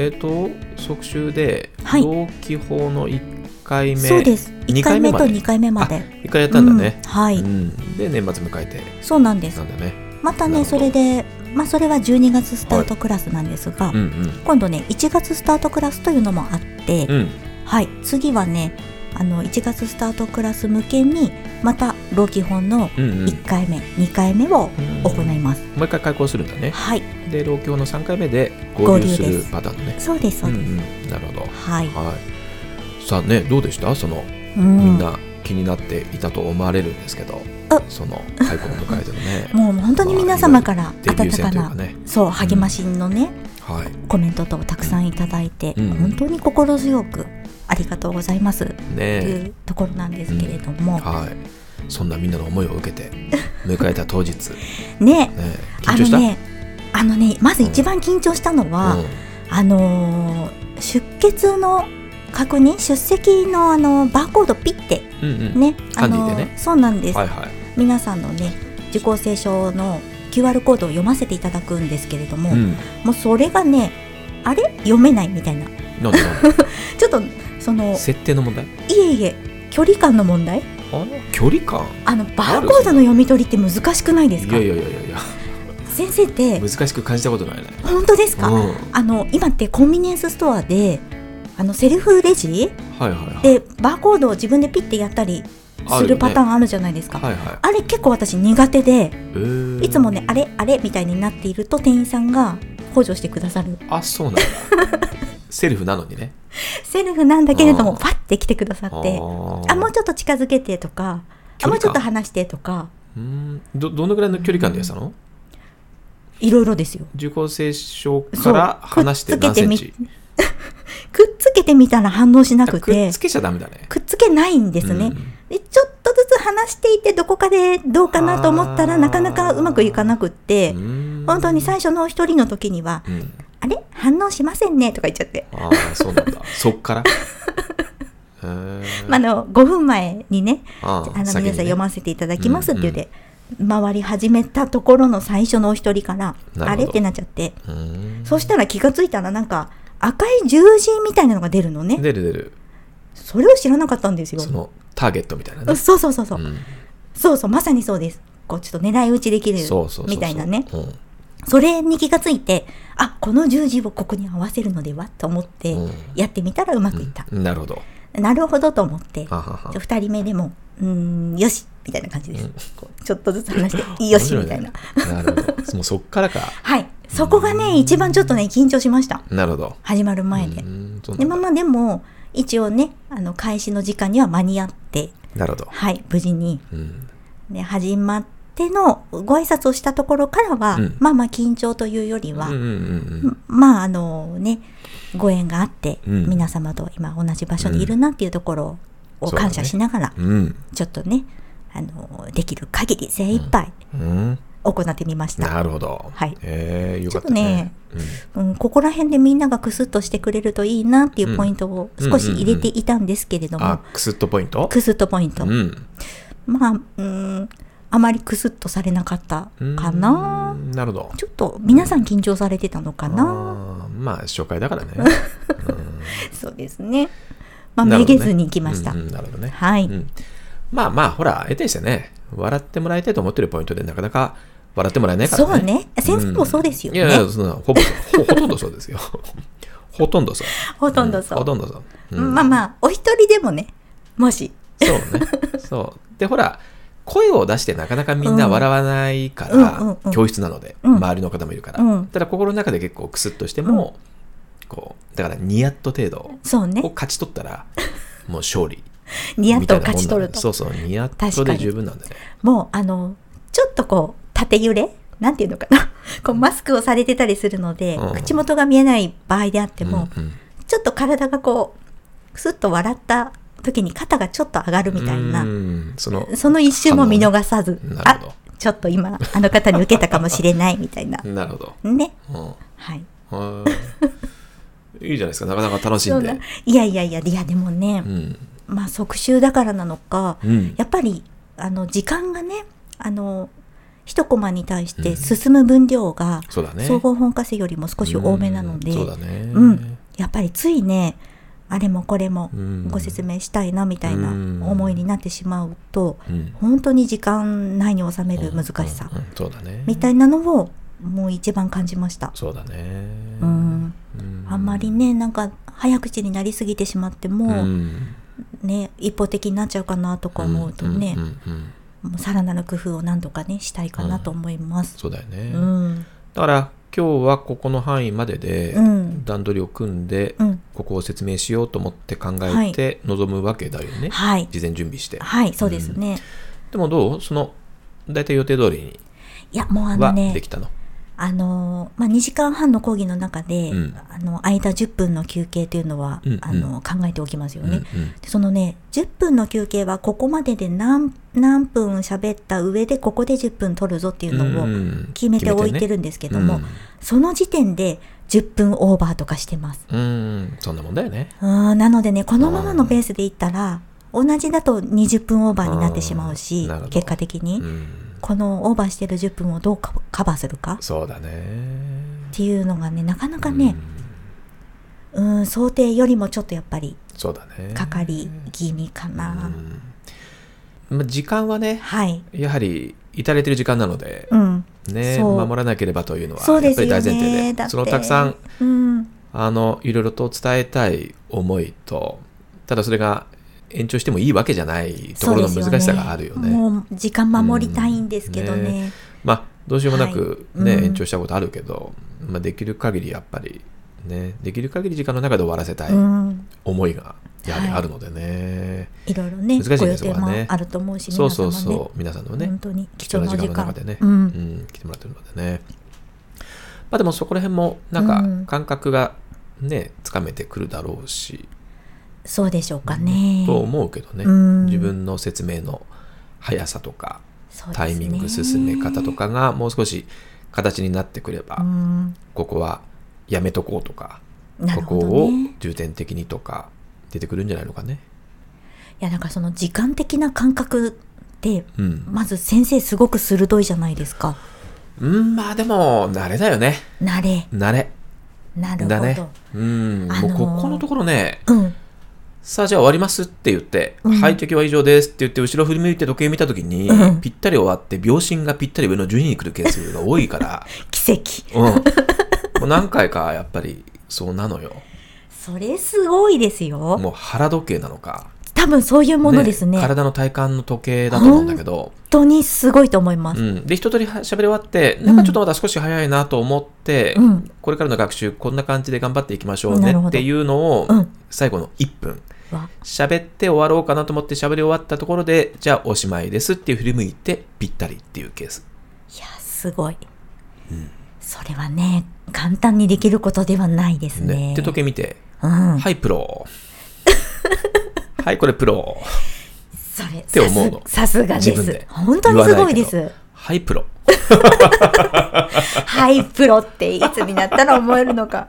Speaker 1: えっ、と、即習で、
Speaker 2: はい
Speaker 1: 同期法の一回目
Speaker 2: そうです
Speaker 1: 二
Speaker 2: 1回目と
Speaker 1: まで
Speaker 2: 2回目まで
Speaker 1: 一回やったんだね、
Speaker 2: うんはい、
Speaker 1: うんで年末迎えて
Speaker 2: そうなんです
Speaker 1: なんだね
Speaker 2: また
Speaker 1: な
Speaker 2: ね
Speaker 1: るほ
Speaker 2: そ
Speaker 1: ど
Speaker 2: れでまあそれは12月スタートクラスなんですが、
Speaker 1: うん
Speaker 2: 今度ね1月スタートクラスというのもあって、
Speaker 1: うんうん
Speaker 2: はい次はねあの1月スタートクラス向けにまた老基本の
Speaker 1: うんうん
Speaker 2: 1回目、2回目を行います、
Speaker 1: もう一回開講するんだね
Speaker 2: はい
Speaker 1: で老朽の3回目で合流す
Speaker 2: 合流
Speaker 1: る
Speaker 2: です
Speaker 1: パターンね
Speaker 2: そうですそう
Speaker 1: うん
Speaker 2: で
Speaker 1: う
Speaker 2: す、
Speaker 1: んなるほど
Speaker 2: はい、
Speaker 1: はいさあねどうでしたその
Speaker 2: うん、
Speaker 1: みんな気になっていたと思われるんですけど、
Speaker 2: あ
Speaker 1: その開校を迎えてのね
Speaker 2: もう本当に皆様から
Speaker 1: デビュ
Speaker 2: 温
Speaker 1: ー戦
Speaker 2: か
Speaker 1: という
Speaker 2: な
Speaker 1: かね
Speaker 2: そう励ましのね、
Speaker 1: はい
Speaker 2: コメント等をたくさんいただいて、
Speaker 1: うん
Speaker 2: 本当に心強くありがとうございますと
Speaker 1: ね
Speaker 2: いうところなんですけれども、
Speaker 1: はいそんなみんなの思いを受け て迎えた当日ね
Speaker 2: ねあ
Speaker 1: 緊張
Speaker 2: の
Speaker 1: した、
Speaker 2: ねあのねまず一番緊張したのは、あのー出血の確認出席のあのバーコードピッて
Speaker 1: うん、うんうん
Speaker 2: ね、あ
Speaker 1: ハンデ
Speaker 2: の
Speaker 1: ィでね
Speaker 2: そうなんです、
Speaker 1: はいはい
Speaker 2: 皆さんのね受講生証の QR コードを読ませていただくんですけれども、
Speaker 1: うん
Speaker 2: もうそれがねあれ読めないみたいな
Speaker 1: なんで なんで
Speaker 2: ちょっとその
Speaker 1: 設定の問題
Speaker 2: いえいえ距離感の問題
Speaker 1: あ距離感
Speaker 2: あのバーコードの読み取りって難しくないです
Speaker 1: い
Speaker 2: か
Speaker 1: やいやいやいやいや
Speaker 2: 先生って
Speaker 1: 難しく感じたことないね
Speaker 2: 本当です
Speaker 1: うん
Speaker 2: か、あの今ってコンビニエンスストアであのセルフレジ
Speaker 1: はいはいはい
Speaker 2: でバーコードを自分でピッてやったり
Speaker 1: あ
Speaker 2: す
Speaker 1: よ
Speaker 2: る
Speaker 1: ね
Speaker 2: パターンあるじゃないですか。
Speaker 1: はいは
Speaker 2: あれ結構私苦手で
Speaker 1: い、えー
Speaker 2: いつもね、あれあれみたいになっていると店員さんが補助してくださる。
Speaker 1: あそう なんだセルフなのにね
Speaker 2: セルフなんだけれども、
Speaker 1: あー
Speaker 2: パッて来てくださって、
Speaker 1: ー
Speaker 2: あ、もうちょっと近づけてとか、あ、
Speaker 1: 距離感
Speaker 2: もうちょっと離してとか、
Speaker 1: うーんどどのぐらいの距離感でやってたの
Speaker 2: いろいろですよ。
Speaker 1: 受講生証から
Speaker 2: そう
Speaker 1: 離して
Speaker 2: くっ
Speaker 1: 何
Speaker 2: つ
Speaker 1: セ
Speaker 2: けて
Speaker 1: ン
Speaker 2: み
Speaker 1: チ
Speaker 2: くっつけてみたら反応しなく
Speaker 1: く
Speaker 2: て
Speaker 1: っつ、けちゃダメだね
Speaker 2: くっつけないんですね。でちょっとずつ離していて、どこかでどうかなと思った
Speaker 1: あ
Speaker 2: ら
Speaker 1: ー
Speaker 2: なかなかうまくいかなくっ
Speaker 1: う
Speaker 2: て、
Speaker 1: ん
Speaker 2: 本当に最初のお一人の時には、
Speaker 1: うん
Speaker 2: あれ反応しませんねとか言っちゃって。
Speaker 1: ああそうなんだそっ からへー
Speaker 2: まあ、あの5分前にね、
Speaker 1: あ
Speaker 2: あ
Speaker 1: ー
Speaker 2: の皆さん
Speaker 1: 先にね
Speaker 2: 読ませていただきますって言って、回り始めたところの最初のお一人から、
Speaker 1: ほど
Speaker 2: あれってなっちゃって、
Speaker 1: うーん
Speaker 2: そしたら気がついたらなんか赤い十字みたいなのが出るのね。
Speaker 1: 出る出る
Speaker 2: それを知らなかったんですよ。
Speaker 1: そのターゲットみたいな
Speaker 2: う
Speaker 1: ね
Speaker 2: そうそうそうそう、
Speaker 1: うん
Speaker 2: そうそう、まさにそうです。こうちょっと狙い撃ちできる
Speaker 1: そうそうそうそう
Speaker 2: みたいなね。
Speaker 1: うん
Speaker 2: それに気がついて、あ、この十字をここに合わせるのではと思って
Speaker 1: うん、
Speaker 2: やってみたらうまくいった。
Speaker 1: なるほど
Speaker 2: なるほどと思って、
Speaker 1: ははは
Speaker 2: 2人目でも「うーんよし」みたいな感じです、
Speaker 1: うん
Speaker 2: こうちょっとずつ話して「よし」みたいな、
Speaker 1: 面白いねなるほどもうそっからか
Speaker 2: はいそこがね一番ちょっとね緊張しました
Speaker 1: なるほど
Speaker 2: 始まる前で、
Speaker 1: うーんそう
Speaker 2: で
Speaker 1: なん
Speaker 2: まあ
Speaker 1: だ
Speaker 2: まあでも一応ねあの開始の時間には間に合って
Speaker 1: なるほど
Speaker 2: はい無事に、
Speaker 1: うん
Speaker 2: ね、始まってのご挨拶をしたところからは、
Speaker 1: うん
Speaker 2: まあまあ緊張というよりは、
Speaker 1: うんうんうんうん
Speaker 2: まああのねご縁があって、
Speaker 1: うん
Speaker 2: 皆様と今同じ場所にいるなっていうところを感謝しながら、
Speaker 1: うん
Speaker 2: ちょっとね、あの、できる限り精一杯
Speaker 1: うん
Speaker 2: 行ってみました。
Speaker 1: なるほど。
Speaker 2: はい
Speaker 1: ええよかったね
Speaker 2: うん、ここら辺でみんながクスッとしてくれるといいなっていうポイントを少し入れていたんですけれど
Speaker 1: うん
Speaker 2: も、
Speaker 1: あ、クスッとポイント
Speaker 2: クスッとポイント。
Speaker 1: うん。
Speaker 2: まあ、うん、あまりクスッとされなかったかな。
Speaker 1: うんなるほど。
Speaker 2: ちょっと皆さん緊張されてたのかな。
Speaker 1: あーまあ、紹介だからね。
Speaker 2: そうですね。 まあ、
Speaker 1: なる
Speaker 2: め
Speaker 1: ほどね
Speaker 2: げずに行きました。
Speaker 1: うんうんなるほどね。
Speaker 2: はい、
Speaker 1: うんまあまあ、ほら、得てしてね、笑ってもらいたいと思ってるポイントでなかなか笑ってもらえないからね。
Speaker 2: そうね先生もそうですよね
Speaker 1: んいやいや、そんなほぼそう、ほ ほとんどそうですよ。ほとんどそう。
Speaker 2: ほとんどそう
Speaker 1: ほとんどそう。うん
Speaker 2: まあまあ、お一人でもね、もし、
Speaker 1: そうね。そう。で、ほら、声を出してなかなかみんな笑わないか
Speaker 2: うんうんうんうん
Speaker 1: ら、教室なので、
Speaker 2: うん
Speaker 1: 周りの方もいるから。
Speaker 2: うん
Speaker 1: ただ、心の中で結構クスッとしても、こう、だからニヤッと程度
Speaker 2: そう
Speaker 1: を
Speaker 2: ね、
Speaker 1: 勝ち取った ら、もう勝利。
Speaker 2: ニヤッと勝ち取ると
Speaker 1: み。たいなもんだねそうそう、ニヤッと
Speaker 2: 確か
Speaker 1: で
Speaker 2: に
Speaker 1: 十分なんだね。
Speaker 2: もうあのちょっとこう縦揺れなんていうのかなこうマスクをされてたりするので、
Speaker 1: うん
Speaker 2: 口元が見えない場合であっても、
Speaker 1: うんうん
Speaker 2: ちょっと体がこうクスッと笑った時に肩がちょっと上がるみたいな、
Speaker 1: うんその、
Speaker 2: その一瞬も見逃さず、
Speaker 1: 反応ねなるほ
Speaker 2: あ
Speaker 1: ど
Speaker 2: ちょっと今あの方に受けたかもしれないみたいな
Speaker 1: なるほど。
Speaker 2: ね
Speaker 1: うん
Speaker 2: はい
Speaker 1: はーいいいじゃないですか、なかなか楽し
Speaker 2: そ
Speaker 1: ん
Speaker 2: うな
Speaker 1: で。
Speaker 2: いやいやいやいやでもね
Speaker 1: う、ん。
Speaker 2: まあ即習だからなのか、
Speaker 1: うん。
Speaker 2: やっぱりあの時間がねあの一コマに対して進む分量が、
Speaker 1: そうだね。
Speaker 2: 総合本科生よりも少し多めなので、
Speaker 1: うんそうだね。
Speaker 2: うんやっぱりついね、あれもこれも
Speaker 1: うん
Speaker 2: ご説明したいなみたいな
Speaker 1: うん
Speaker 2: 思いになってしまうと
Speaker 1: うん
Speaker 2: 本当に時間内に収める難しさ
Speaker 1: うんうんそうだね
Speaker 2: みたいなのをもう一番感じました。
Speaker 1: そうだね
Speaker 2: うん、
Speaker 1: うん
Speaker 2: あんまりねなんか早口になりすぎてしまって
Speaker 1: う
Speaker 2: も、
Speaker 1: ん
Speaker 2: ね一方的になっちゃうかなとか思うとね、
Speaker 1: んうんうん
Speaker 2: もうさらなる工夫を何とかねしたいかなと思います。
Speaker 1: そうだよね、
Speaker 2: うん、
Speaker 1: だから今日はここの範囲までで
Speaker 2: うん
Speaker 1: 段取りを組んで、
Speaker 2: うん、
Speaker 1: ここを説明しようと思って考
Speaker 2: は
Speaker 1: え
Speaker 2: い
Speaker 1: て臨むわけだよね、
Speaker 2: はい、
Speaker 1: 事前準備して、
Speaker 2: はい、そうですね。
Speaker 1: でもどうその大体予定通りに
Speaker 2: いやもうあの
Speaker 1: は
Speaker 2: ね
Speaker 1: できたの
Speaker 2: あのーまあ、2時間半の講義の中で、
Speaker 1: うん
Speaker 2: あの間10分の休憩というのは、
Speaker 1: うんうん
Speaker 2: あの考えておきますよ
Speaker 1: うんう
Speaker 2: ね。
Speaker 1: ん
Speaker 2: でそのね10分の休憩はここまでで何何分喋った上でここで10分取るぞっていうの
Speaker 1: うん
Speaker 2: を
Speaker 1: うん
Speaker 2: 決めておいて
Speaker 1: ね
Speaker 2: るんですけど
Speaker 1: う
Speaker 2: も、
Speaker 1: ん
Speaker 2: その時点で10分オーバーとかしてます。
Speaker 1: うんそんなもんだよね
Speaker 2: うーんなのでねこのままのペースでいったら同じだと20分オーバーになってしまう
Speaker 1: う
Speaker 2: し
Speaker 1: んなるほど
Speaker 2: 結果的に、
Speaker 1: うん
Speaker 2: このオーバーしてる10分をどうカバカバーするかっ
Speaker 1: そうだね
Speaker 2: ていうのがねなかなかね
Speaker 1: う、ん
Speaker 2: うーん想定よりもちょっとやっぱり
Speaker 1: そうだね
Speaker 2: かかり気味かな。
Speaker 1: うんまあ時間はね
Speaker 2: はい。
Speaker 1: やはりいたれてる時間なので
Speaker 2: う、ん。
Speaker 1: ね
Speaker 2: そう
Speaker 1: 守らなければというのは
Speaker 2: そう
Speaker 1: やっ
Speaker 2: です
Speaker 1: ぱ
Speaker 2: よ
Speaker 1: り
Speaker 2: ね。
Speaker 1: 大前提
Speaker 2: だっ
Speaker 1: で
Speaker 2: て
Speaker 1: そのたくさん。
Speaker 2: うん。
Speaker 1: あのいろいろと伝えたい思いとただそれが延長してもいいわけじゃないところの
Speaker 2: そうですよね
Speaker 1: 難しさがあるよね。
Speaker 2: もう時間守りたいんですけど
Speaker 1: うん
Speaker 2: ね。
Speaker 1: まあどうしようもなく、
Speaker 2: はい
Speaker 1: ね
Speaker 2: うん
Speaker 1: 延長したことあるけど、まあ、できる限りやっぱりねできる限り時間の中で終わらせたい
Speaker 2: うん。
Speaker 1: 思いがやはり
Speaker 2: はい
Speaker 1: あるのでね、
Speaker 2: いろいろね、
Speaker 1: 難しい
Speaker 2: ご
Speaker 1: で
Speaker 2: 予
Speaker 1: すよ
Speaker 2: 定
Speaker 1: ね
Speaker 2: もあると思うし、
Speaker 1: そうそう
Speaker 2: 皆様ね
Speaker 1: そう皆さんのね
Speaker 2: 本当に貴
Speaker 1: 貴重
Speaker 2: 重
Speaker 1: な
Speaker 2: な
Speaker 1: 時間
Speaker 2: 時
Speaker 1: の
Speaker 2: 間
Speaker 1: 中でね、
Speaker 2: うん。
Speaker 1: 来てもらってるのでねまあでもそこら辺もなん
Speaker 2: う
Speaker 1: か
Speaker 2: ん
Speaker 1: 感覚がねつかめてくるだろうし、
Speaker 2: そうでしょうかね。
Speaker 1: と思うけどね、
Speaker 2: うん
Speaker 1: 自分の説明の速さとか
Speaker 2: そうですね
Speaker 1: タイミング進め方と。かがもう少し形になってくれば、
Speaker 2: うん。
Speaker 1: ここはやめとこうとか、
Speaker 2: な
Speaker 1: こ
Speaker 2: る
Speaker 1: こ
Speaker 2: ほど
Speaker 1: を
Speaker 2: ね。
Speaker 1: 重点的にとか出てくるんじゃないのかね。
Speaker 2: いや、なんかその時間的な感覚って、
Speaker 1: うん、
Speaker 2: まず先生すごく鋭いじゃないですか。
Speaker 1: うん、まあでも慣れだよね
Speaker 2: 慣れ。
Speaker 1: 慣れ
Speaker 2: なるほ
Speaker 1: だ
Speaker 2: ど。
Speaker 1: ね。うん、
Speaker 2: あ
Speaker 1: も
Speaker 2: のー
Speaker 1: うここのところね
Speaker 2: うん。
Speaker 1: さあじゃあ終わりますって言って、
Speaker 2: うん
Speaker 1: はい時は以上ですって言って後ろ振り向いて時計見た時に、
Speaker 2: うん
Speaker 1: ぴったり終わって秒針がぴったり上の順位に来るケースが多いから。
Speaker 2: 奇跡。
Speaker 1: うん。もう何回かやっぱりそうなのよ。
Speaker 2: それすごいですよ。
Speaker 1: もう腹時計なのか。
Speaker 2: 多分そういうものですね。本
Speaker 1: 体の体感の時計だと思うんだけど。
Speaker 2: 当にすごいと思いま
Speaker 1: う
Speaker 2: す。
Speaker 1: ん。で、一通りは喋り終わって、なんかちょっとまだ少し早いなと思って、
Speaker 2: うん
Speaker 1: これからの学習こんな感じで頑張っていきましょう
Speaker 2: な
Speaker 1: ね
Speaker 2: るほど
Speaker 1: っていうのを、
Speaker 2: うん
Speaker 1: 最後の1分。
Speaker 2: わ
Speaker 1: 喋って終わろうかなと思って喋り終わったところで、じゃあおしまいですっていう振り向いて、ぴったりっていうケース。
Speaker 2: いや、すごい。それはね、簡単にできることではないです
Speaker 1: ね。
Speaker 2: ね。
Speaker 1: で、時計見て、
Speaker 2: うん。
Speaker 1: はい、プロ。はい、これプロ。
Speaker 2: それ、
Speaker 1: て思うの
Speaker 2: さすさすがで。
Speaker 1: 自分です
Speaker 2: 本当にすごいで
Speaker 1: 言
Speaker 2: す。
Speaker 1: はい、プロ。
Speaker 2: はい、プロっていつになったら思えるのか。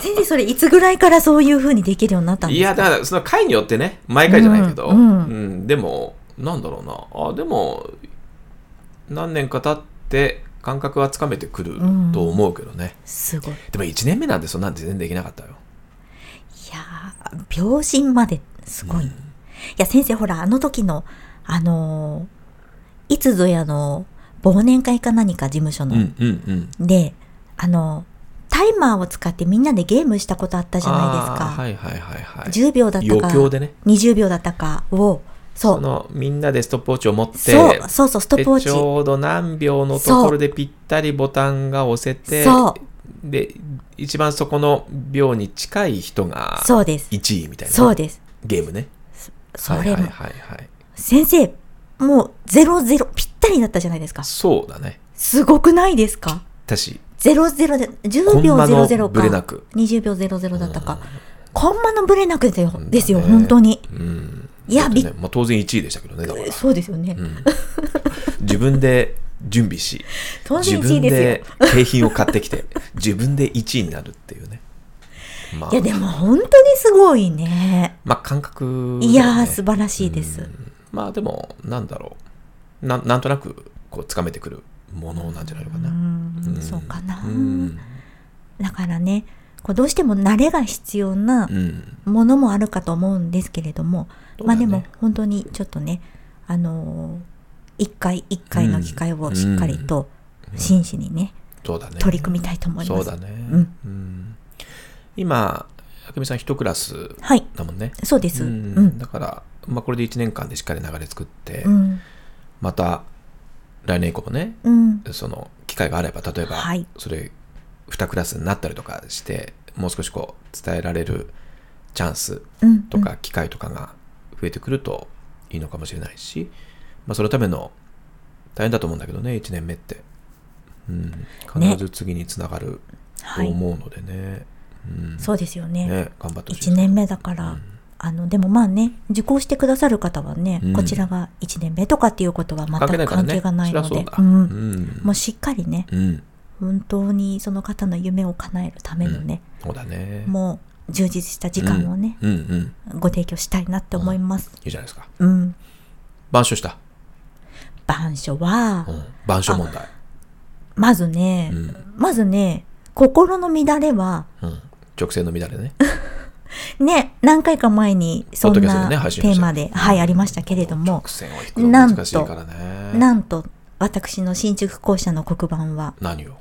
Speaker 2: 先生、それいつぐらいからそういう風にできるようになったんで
Speaker 1: い
Speaker 2: すか
Speaker 1: や、だから、その回によってね、毎回じゃないけど、
Speaker 2: う
Speaker 1: うんん、
Speaker 2: うん
Speaker 1: でも、なんだろうな、あ、でも、何年か経って、感覚はつかめてくる
Speaker 2: うん
Speaker 1: と思うけどね。
Speaker 2: すごい。い
Speaker 1: でも、1年目なんて、そんなん全然できなかったよ。
Speaker 2: やー、秒針まですごい。いや、先生、ほら、あの時の、あのーいつぞやの、忘年会か何か事務所
Speaker 1: う
Speaker 2: の、
Speaker 1: ん、うん、うん。
Speaker 2: で、あの、タイマーを使ってみんなでゲームしたことあったじゃないですか。
Speaker 1: あーはい、はい、はい、はい。
Speaker 2: 10秒だったか、
Speaker 1: 余興でね
Speaker 2: 20秒だったかを、そ、
Speaker 1: そうの、みんなでストップウォッチを持って、
Speaker 2: そう、そうそう、ストッ
Speaker 1: で
Speaker 2: プウォッ
Speaker 1: ち
Speaker 2: チ。
Speaker 1: ょうど何秒のところでぴったりボタンが押せて
Speaker 2: そ
Speaker 1: で一番そこの秒に近い人が
Speaker 2: そうです。
Speaker 1: 1位みたいな
Speaker 2: そうです。
Speaker 1: ゲームね
Speaker 2: それも、
Speaker 1: はいはいはいはい
Speaker 2: 先生、もう00ぴったりだったじゃないですか。
Speaker 1: そうだね
Speaker 2: すごくないですか
Speaker 1: 私
Speaker 2: ?00 で、10
Speaker 1: コン
Speaker 2: 秒
Speaker 1: マの
Speaker 2: 00か。
Speaker 1: ブレなく
Speaker 2: 20秒00だったか。コンマのブレなくですよ、
Speaker 1: ん
Speaker 2: ですよ、
Speaker 1: ね
Speaker 2: 本当に。
Speaker 1: うん
Speaker 2: いや
Speaker 1: だって
Speaker 2: びっ
Speaker 1: ねまあ、当然1位でしたけどねだから、
Speaker 2: そうですよね。
Speaker 1: うん、自分で準備し
Speaker 2: 当
Speaker 1: 自
Speaker 2: 然1
Speaker 1: 分
Speaker 2: 位ですよ
Speaker 1: で。景品を買ってきて 自分で1位になるっていうねまあ
Speaker 2: いや、でも本当にすごいね。
Speaker 1: まあ感覚だよね、
Speaker 2: いやー、素晴らしいです。
Speaker 1: まあでもなんだろうななんとなくこうつかめてくるものなんじゃないのか
Speaker 2: う
Speaker 1: な、
Speaker 2: ん
Speaker 1: うん
Speaker 2: そうかな、
Speaker 1: うん
Speaker 2: だからねこうどうしても慣れが必要な
Speaker 1: うん
Speaker 2: ものもあるかと思うんですけれども、
Speaker 1: そう
Speaker 2: ま
Speaker 1: だ
Speaker 2: あ
Speaker 1: ね
Speaker 2: でも本当にちょっとね、あのー一回一回の機会をしっかりと真摯にね、
Speaker 1: そうだね
Speaker 2: 取り組みたいと思います。
Speaker 1: そうだね、
Speaker 2: うん
Speaker 1: うん今あけみさん一クラス
Speaker 2: はい、
Speaker 1: だもんね
Speaker 2: そうです。う
Speaker 1: うん
Speaker 2: ん。
Speaker 1: だから、まあ、これで1年間でしっかり流れ作って、
Speaker 2: うん。
Speaker 1: また来年以降もね
Speaker 2: うん。
Speaker 1: その機会があれば例えば、
Speaker 2: はい
Speaker 1: それ2クラスになったりとかしてもう少しこう伝えられるチャンス
Speaker 2: うん。
Speaker 1: とか機会とかが増えてくるといいのかもしれないし、まあ、そのための大変だと思うんだけどね1年目って、うん、必ず次につながると
Speaker 2: はい。
Speaker 1: 思うのでねうん、
Speaker 2: そうですよね。
Speaker 1: ね頑張ってほしい
Speaker 2: 1年目だから、
Speaker 1: うん
Speaker 2: あのでもまあね受講してくださる方はね、
Speaker 1: うん
Speaker 2: こちらが1年目とかっていうことは全
Speaker 1: 関係ない
Speaker 2: く
Speaker 1: から
Speaker 2: 関
Speaker 1: ね
Speaker 2: 係がないの
Speaker 1: そり
Speaker 2: で
Speaker 1: ゃそうだ
Speaker 2: う
Speaker 1: うんん
Speaker 2: もうしっかりね
Speaker 1: うん
Speaker 2: 本当にその方の夢を叶えるためのね、
Speaker 1: そうだね
Speaker 2: もう充実した時間をね、
Speaker 1: うんうん
Speaker 2: ご提供したいなって思います。
Speaker 1: いいじゃないですか
Speaker 2: うん、
Speaker 1: 板書した、
Speaker 2: 板書は
Speaker 1: うん、板書問題
Speaker 2: まずね、
Speaker 1: うん
Speaker 2: まずね心の乱れは
Speaker 1: うん直線の乱れね
Speaker 2: ね何回か前にそん
Speaker 1: ポッドキャスト
Speaker 2: な
Speaker 1: でね
Speaker 2: テ
Speaker 1: 配信しまし
Speaker 2: ー
Speaker 1: た
Speaker 2: マで、はいありましたけれども
Speaker 1: 直線を引くの難しいからね
Speaker 2: なんと私の新築校舎の黒板は
Speaker 1: 何を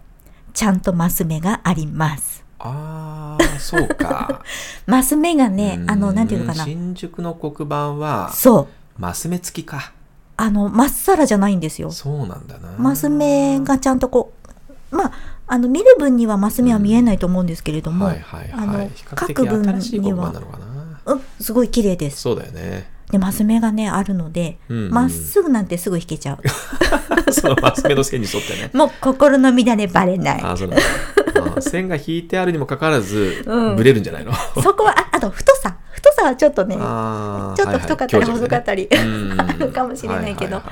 Speaker 2: ちゃんとマス目があります。
Speaker 1: ああそうか
Speaker 2: マス目が ね、あの、なんていうのかな。
Speaker 1: 新宿の黒板は
Speaker 2: そう。
Speaker 1: マス目付きか
Speaker 2: あの、まっさらじゃないんですよ。
Speaker 1: そうなんだな
Speaker 2: マス目がちゃんとこう、まあ、あの、見る分にはマス目は見えないと思うんですけれども、
Speaker 1: はいはい
Speaker 2: あ
Speaker 1: は
Speaker 2: の
Speaker 1: い比較
Speaker 2: 各
Speaker 1: 的
Speaker 2: 分
Speaker 1: 新しい
Speaker 2: に
Speaker 1: 黒板
Speaker 2: は
Speaker 1: な、のかな
Speaker 2: うん、すごい綺麗です。
Speaker 1: そうだよね
Speaker 2: で、マス目がね、あるので、
Speaker 1: うんうん
Speaker 2: まっすぐなんてすぐ引けちゃう。
Speaker 1: そのマス目の線に沿ってね
Speaker 2: もう心の乱れバレない。
Speaker 1: ああそうなんだあー 線が引いてあるにもかかわらず
Speaker 2: うん
Speaker 1: ブレるんじゃないの
Speaker 2: そこは、ああと、太さ。太さはちょっとね、
Speaker 1: あー
Speaker 2: ちょっと太かったり
Speaker 1: はいはい
Speaker 2: 細かったり、
Speaker 1: 強弱でね
Speaker 2: あるかもしれないけど
Speaker 1: うんはいはいはいは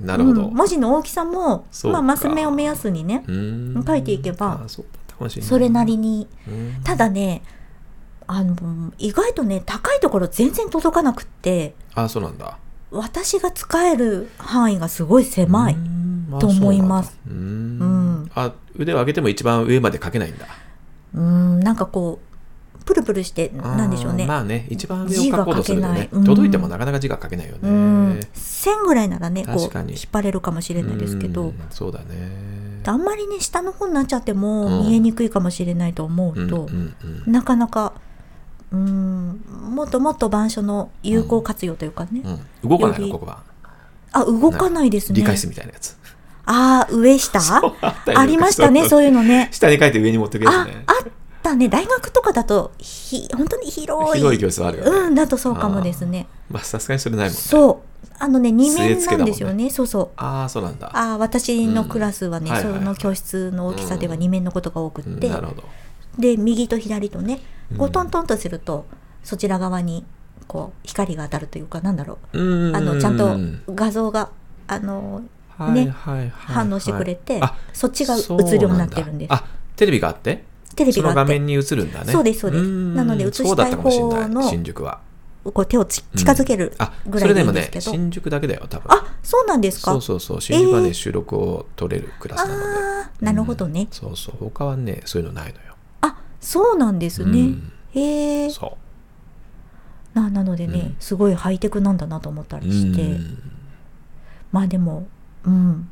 Speaker 1: いなるほど、
Speaker 2: うん文字の大きさも、
Speaker 1: そう
Speaker 2: ま
Speaker 1: か
Speaker 2: あ、マス目を目安にね、
Speaker 1: うん
Speaker 2: 書いていけば
Speaker 1: あーそうだったかもしれない
Speaker 2: それなりに
Speaker 1: うん
Speaker 2: ただねあの意外とね高いところ全然届かなくって
Speaker 1: あーそうなんだ
Speaker 2: 私が使える範囲がすごい狭い
Speaker 1: うんあ
Speaker 2: と思います
Speaker 1: そうなんだう
Speaker 2: うん
Speaker 1: あ腕を上げても一番上まで書けないんだ
Speaker 2: うんなんかこうプルプルして
Speaker 1: あー
Speaker 2: なんでしょうね、
Speaker 1: まあね一番上を書こうとすると
Speaker 2: 字が
Speaker 1: ね
Speaker 2: 書けないうん
Speaker 1: 届いてもなかなか字が書けないよね
Speaker 2: うん線ぐらいならねこ
Speaker 1: 確
Speaker 2: う
Speaker 1: かに
Speaker 2: 引っ張れるかもしれないですけ
Speaker 1: う
Speaker 2: ど
Speaker 1: んそうだね
Speaker 2: あんまりね下の方になっちゃっても
Speaker 1: うん
Speaker 2: 見えにくいかもしれないと思うと、
Speaker 1: うんうん
Speaker 2: なかなかうんもっともっと板書の有効活用というかね、
Speaker 1: うんうん動かない
Speaker 2: より
Speaker 1: のここは
Speaker 2: あ動かないですね
Speaker 1: 理解室みたいなやつ
Speaker 2: ああ上下
Speaker 1: そうあったよ
Speaker 2: ありましたねそういうの ね
Speaker 1: 下に書いて上に持ってくやつ
Speaker 2: あ
Speaker 1: ね、
Speaker 2: あったね。大学とかだと、ひ、本当に広い。
Speaker 1: 広い教室あるよね
Speaker 2: うん、だとそうかもですね。
Speaker 1: まあさすがにそれないもんね
Speaker 2: そう。あのね、二面
Speaker 1: 据え付けだも
Speaker 2: なん
Speaker 1: んね
Speaker 2: ですよね。そうそう。
Speaker 1: ああそうなんだ
Speaker 2: ああ、私のクラスはね、
Speaker 1: うんはい
Speaker 2: そ
Speaker 1: はいはい
Speaker 2: の教室の大きさでは
Speaker 1: うん
Speaker 2: 二面のことが多くっ
Speaker 1: うん
Speaker 2: て、
Speaker 1: なるほど
Speaker 2: で、右と左とね、こ
Speaker 1: う
Speaker 2: うんトントンとすると、そちら側に、こう、光が当たるというか、なんだろう。あ
Speaker 1: あ
Speaker 2: の、ちゃんと画像が、あの、ね反応してくれて、そっちが映るようになってるんです。
Speaker 1: あテレビがあって
Speaker 2: テレビ
Speaker 1: そ
Speaker 2: があ
Speaker 1: の
Speaker 2: って。
Speaker 1: 画面に映るんだね
Speaker 2: そうですそうです
Speaker 1: ん
Speaker 2: なので映したい
Speaker 1: そうだったかもしれない
Speaker 2: 方の
Speaker 1: 新宿は
Speaker 2: こう手をち近づける
Speaker 1: あ
Speaker 2: ぐ
Speaker 1: そ
Speaker 2: ら
Speaker 1: れ
Speaker 2: いで
Speaker 1: で
Speaker 2: いい
Speaker 1: も
Speaker 2: んで
Speaker 1: ね
Speaker 2: すけど、
Speaker 1: 新宿だけだよ多分
Speaker 2: あそうなんですか
Speaker 1: そうそうそう新宿は
Speaker 2: えー
Speaker 1: ね収録を撮れるクラスなので
Speaker 2: ああなるほど
Speaker 1: う
Speaker 2: ね
Speaker 1: ん、そうそう他はねそういうのないのよ
Speaker 2: あそうなんですね、
Speaker 1: うん
Speaker 2: へえ
Speaker 1: そ
Speaker 2: ななのでね、
Speaker 1: うん
Speaker 2: すごいハイテクなんだなと思った
Speaker 1: う
Speaker 2: りして、
Speaker 1: うん
Speaker 2: まあでもうん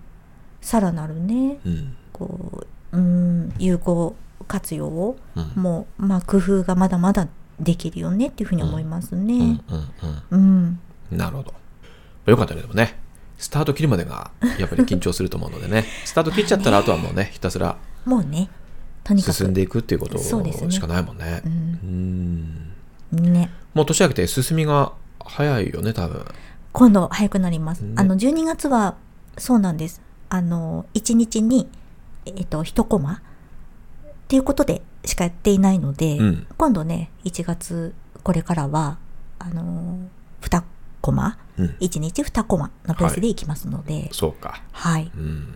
Speaker 2: さらなるね
Speaker 1: うん
Speaker 2: こううん有効活用を
Speaker 1: うん
Speaker 2: もうまあ工夫がまだまだできるよねっていうふうに思います
Speaker 1: うん
Speaker 2: ね
Speaker 1: うんうん
Speaker 2: うん、
Speaker 1: なるほど。よかったね、でもね。スタート切るまでが、やっぱり緊張すると思うので ね。スタート切っちゃったら、あとはもうね、ひたすら
Speaker 2: もうねとにかく
Speaker 1: 進んでいくっていうこと
Speaker 2: そうですね
Speaker 1: しかないもんね。
Speaker 2: うん
Speaker 1: うん。
Speaker 2: ね
Speaker 1: もう年明けて進みが早いよね、多分。
Speaker 2: 今度早くなります。
Speaker 1: ね
Speaker 2: あの12月はそうなんです。あの1日にえっと1コマっていうことでしかやっていないので、
Speaker 1: うん
Speaker 2: 今度ね1月これからはあの2コマ
Speaker 1: うん。
Speaker 2: 1日2コマのペースでいきますので、
Speaker 1: そうか。
Speaker 2: はい、
Speaker 1: うん。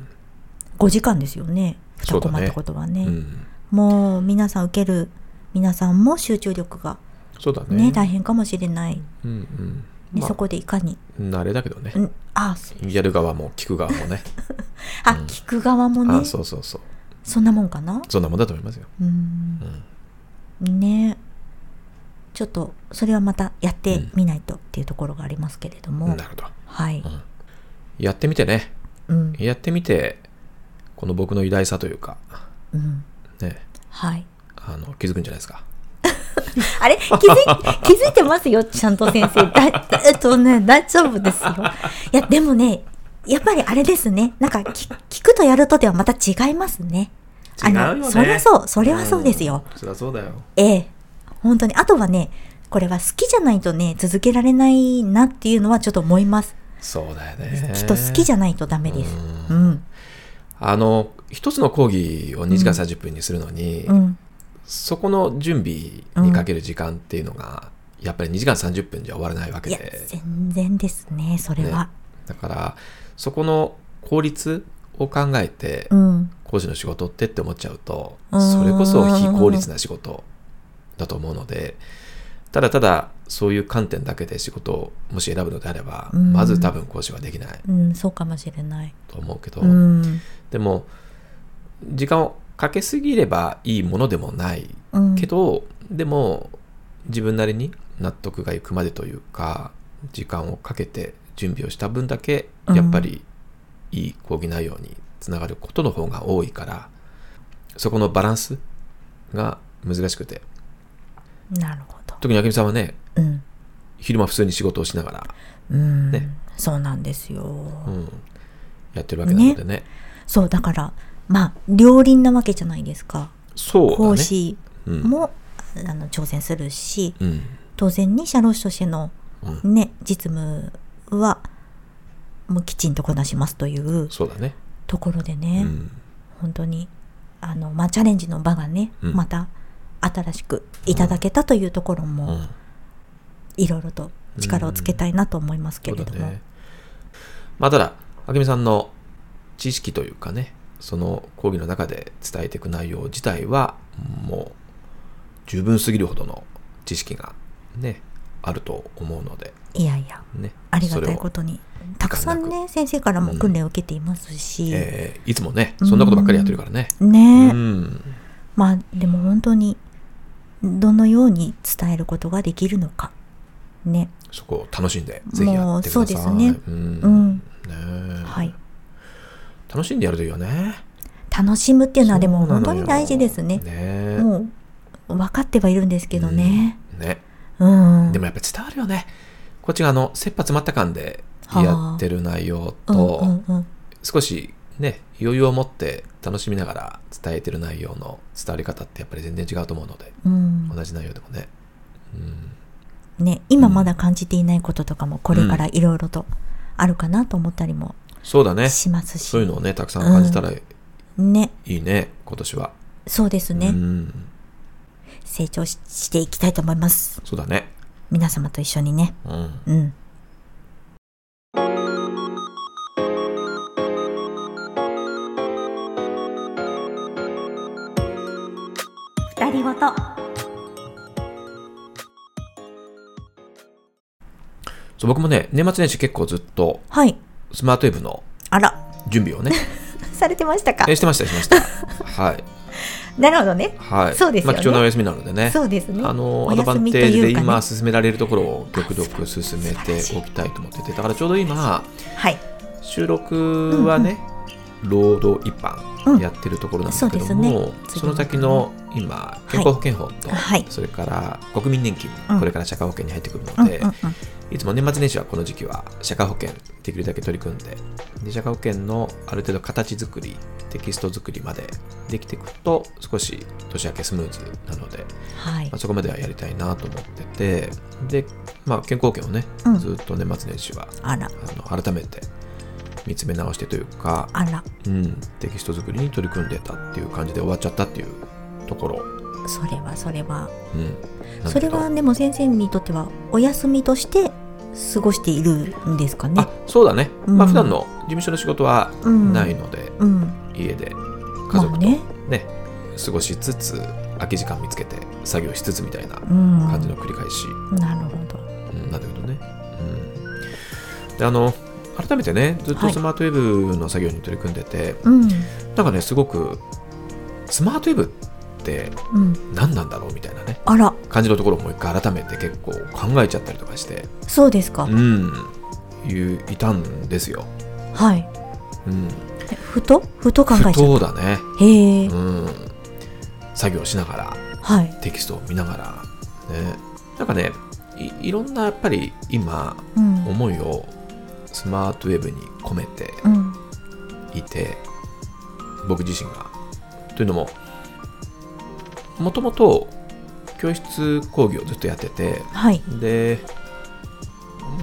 Speaker 2: 5時間ですよね。
Speaker 1: そ
Speaker 2: 2
Speaker 1: う
Speaker 2: コ
Speaker 1: だね
Speaker 2: マってことは
Speaker 1: う
Speaker 2: ね、
Speaker 1: ん。
Speaker 2: もう皆さん受ける皆さんも集中力が
Speaker 1: そうだ
Speaker 2: ね
Speaker 1: ね。
Speaker 2: 大変かもしれない。で、
Speaker 1: うんうん。まあ
Speaker 2: そこでいかに、
Speaker 1: 慣れだけどね
Speaker 2: う。ん、あ、そう
Speaker 1: やる側も聞く側も ね。
Speaker 2: あ、聞く側もね
Speaker 1: あ、、そうそうそう。
Speaker 2: そんなもんかな。
Speaker 1: そんなもんだと思いますよ。
Speaker 2: うん
Speaker 1: うん。
Speaker 2: ねちょっとそれはまたやってみないとっていうところがありますけれども、
Speaker 1: なるほど。
Speaker 2: はい、
Speaker 1: やってみてね。
Speaker 2: うん
Speaker 1: やってみて、この僕の偉大さというか、
Speaker 2: うん、
Speaker 1: ね、
Speaker 2: はい
Speaker 1: あの、気づくんじゃないですか。
Speaker 2: あれ気 づい気づいてますよ、ちゃんと先生。だ、だえっとね、大丈夫ですよ。いや、でもね、やっぱりあれですね。なんか聞、聞くとやるとではまた違いますね。あの
Speaker 1: 違うよね
Speaker 2: そりゃそう、それはそうですよ。
Speaker 1: うん。そりゃそうだよ。
Speaker 2: ええ。本当に。あとはね、これは好きじゃないとね、続けられないなっていうのはちょっと思います。
Speaker 1: そうだよね。
Speaker 2: きっと好きじ
Speaker 1: ゃ
Speaker 2: ゃないとダメです。う。
Speaker 1: うんあの、一つの講義を2時間30分にするのに、
Speaker 2: うん。
Speaker 1: そこの準備にかける時間っていうのが、やっぱり2時間30分じゃ終わらないわけ
Speaker 2: いや、
Speaker 1: で、
Speaker 2: 全然ですね、それは。
Speaker 1: だから、そこの効率を考えて
Speaker 2: う、ん。
Speaker 1: 講師の仕事ってって思っちゃうと、
Speaker 2: うん
Speaker 1: それこそ非効率な仕事だと思うので、ただただそういう観点だけで仕事をもし選ぶのであれば、
Speaker 2: うん
Speaker 1: まず多分講師はできない
Speaker 2: うん、そうかもしれない。
Speaker 1: と思うけど、
Speaker 2: うん。
Speaker 1: でも、時間をかけすぎればいいものでもない
Speaker 2: うん。
Speaker 1: けど、でも自分なりに納得がいくまでというか時間をかけて準備をした分だけ
Speaker 2: うん
Speaker 1: やっぱりいい講義内容につながることの方が多いからそこのバランスが難しくて
Speaker 2: なるほど。
Speaker 1: 特にあけみさんはね
Speaker 2: うん。
Speaker 1: 昼間普通に仕事をしながら、
Speaker 2: うん、
Speaker 1: ね
Speaker 2: そうなんですよ、
Speaker 1: うん、やってるわけなのでね
Speaker 2: そうだからまあ両輪なわけじゃないですか
Speaker 1: そう
Speaker 2: 講
Speaker 1: だね、
Speaker 2: 師
Speaker 1: うん
Speaker 2: も、あの挑戦するし
Speaker 1: うん
Speaker 2: 当然に社労士としての
Speaker 1: うん、
Speaker 2: ね実務はもうきちんとこなしますという
Speaker 1: そうだね、
Speaker 2: ところで
Speaker 1: う
Speaker 2: ね、
Speaker 1: ん、
Speaker 2: 本当にあの、まあ、チャレンジの場がね、
Speaker 1: うん
Speaker 2: また新しくいただけたというところ
Speaker 1: う
Speaker 2: も
Speaker 1: ん
Speaker 2: いろいろと力をつけたいなと思いますけ
Speaker 1: そう
Speaker 2: れ
Speaker 1: だ
Speaker 2: ども、
Speaker 1: ね。まあ、ただ、あけみさんの知識というかね、その講義の中で伝えていく内容自体は、もう、十分すぎるほどの知識がね、あると思うので、
Speaker 2: いやいや
Speaker 1: ね。
Speaker 2: ありがたい
Speaker 1: そ
Speaker 2: こ
Speaker 1: れを
Speaker 2: とにたくさんね先生からも訓練を受けていますし、
Speaker 1: えーいつもね、そんなことばっかりやってるからね。
Speaker 2: ねえ、
Speaker 1: うん。
Speaker 2: まあでも本当にどのように伝えることができるのかね
Speaker 1: そこを楽しんで、ぜひやってください。
Speaker 2: もうそうですね
Speaker 1: うん。
Speaker 2: うん
Speaker 1: ねえ
Speaker 2: はい
Speaker 1: 楽しんでやるといいよね。
Speaker 2: 楽しむっていうのはでも
Speaker 1: そうな
Speaker 2: 本
Speaker 1: の
Speaker 2: 当
Speaker 1: よ
Speaker 2: に大事ですね
Speaker 1: ねえ
Speaker 2: もう分かってはいるんですけどね
Speaker 1: うんね。
Speaker 2: うん、
Speaker 1: でもやっぱ伝わるよね。こっちがあの、切羽詰まった感で
Speaker 2: はあ
Speaker 1: やってる内容
Speaker 2: うんう
Speaker 1: と、
Speaker 2: んうん
Speaker 1: 少しね、余裕を持って楽しみながら伝えてる内容の伝わり方ってやっぱり全然違うと思うので、
Speaker 2: うん
Speaker 1: 同じ内容でもね。うん。
Speaker 2: ね今まだ感じていないこととかもこれからいろいろとあるかなと思ったりも
Speaker 1: そうだね。
Speaker 2: しますし、
Speaker 1: そういうのをね、たくさん感じたらい
Speaker 2: ね
Speaker 1: いね、今年は。
Speaker 2: そうですね、
Speaker 1: うん。
Speaker 2: 成長ししていきたいと思います
Speaker 1: そうだね。
Speaker 2: 皆様と一緒にね
Speaker 1: うん。
Speaker 2: うん二人ごと
Speaker 1: そう、僕もね、年末年始結構ずっと
Speaker 2: はい
Speaker 1: スマートウェブの
Speaker 2: あら
Speaker 1: 準備を ね、
Speaker 2: されてましたか
Speaker 1: えしてました、してました。はい。
Speaker 2: なるほどね
Speaker 1: はい。
Speaker 2: そうです
Speaker 1: ま
Speaker 2: よね
Speaker 1: あ貴重なお休みなのでね。
Speaker 2: そうですね
Speaker 1: あの
Speaker 2: お
Speaker 1: アドバ
Speaker 2: 休
Speaker 1: ン
Speaker 2: み
Speaker 1: テージ
Speaker 2: と
Speaker 1: で
Speaker 2: いうかね
Speaker 1: 今進められるところを極力進めておきたいと思っててだからちょうど今
Speaker 2: はい
Speaker 1: 収録はね、労働一
Speaker 2: うん
Speaker 1: 般やってるところなんですけ
Speaker 2: そ
Speaker 1: ど
Speaker 2: うです
Speaker 1: も、
Speaker 2: 次
Speaker 1: その先の今健康保険法と、
Speaker 2: はい
Speaker 1: それから国民年金、
Speaker 2: うん
Speaker 1: これから社会保険に入ってくるの
Speaker 2: うんうん
Speaker 1: で、いつも年末年始はこの時期は社会保険できるだけ取り組んでで社会保険のある程度形作りテキスト作りまでできていくと少し年明けスムーズなので
Speaker 2: はい
Speaker 1: まあ、そこまではやりたいなと思っててで、まあ、健康保険をね、
Speaker 2: うん
Speaker 1: ずっと年末年始は
Speaker 2: あら
Speaker 1: あの改めて見つめ直してというか、
Speaker 2: あら
Speaker 1: うん、テキスト作りに取り組んでたっていう感じで終わっちゃったっていうところ、
Speaker 2: それはそれは
Speaker 1: うん、なんだ
Speaker 2: そ
Speaker 1: け
Speaker 2: れ
Speaker 1: ど
Speaker 2: はでも先生にとってはお休みとして過ごしているんですかね
Speaker 1: あそうだね、
Speaker 2: うん
Speaker 1: まあ普段の事務所の仕事は
Speaker 2: うん
Speaker 1: ないので、
Speaker 2: うん
Speaker 1: 家で家
Speaker 2: ま
Speaker 1: 族と
Speaker 2: あ
Speaker 1: ね,、
Speaker 2: ね
Speaker 1: 過ごしつつ空き時間見つけて作業しつつみたいな
Speaker 2: うん
Speaker 1: 感じの繰り返し、
Speaker 2: なるほど
Speaker 1: うんなんだけどね。うん、であの改めてね、ずっと
Speaker 2: はい
Speaker 1: スマートウェブの作業に取り組んでて、
Speaker 2: うん
Speaker 1: なんかね、すごく、スマートウェブって
Speaker 2: うん。
Speaker 1: 何なんだろうみたいなね
Speaker 2: あら、
Speaker 1: 感じのところをもう一回改めて結構考えちゃったりとかして
Speaker 2: そうですか
Speaker 1: う。んいういたんですよ。
Speaker 2: はい。
Speaker 1: うん、
Speaker 2: えふとふと考え
Speaker 1: 不
Speaker 2: ちゃ
Speaker 1: 当
Speaker 2: う。
Speaker 1: だね、
Speaker 2: へえ
Speaker 1: う。ん、作業しながら
Speaker 2: はい。
Speaker 1: テキストを見ながら、ね、なんかねいいろんなやっぱり今
Speaker 2: うん。
Speaker 1: 思いをスマートウェブに込めて
Speaker 2: うん。
Speaker 1: いて僕自身が。というのももともと教室講義をずっとやってて
Speaker 2: はい。
Speaker 1: で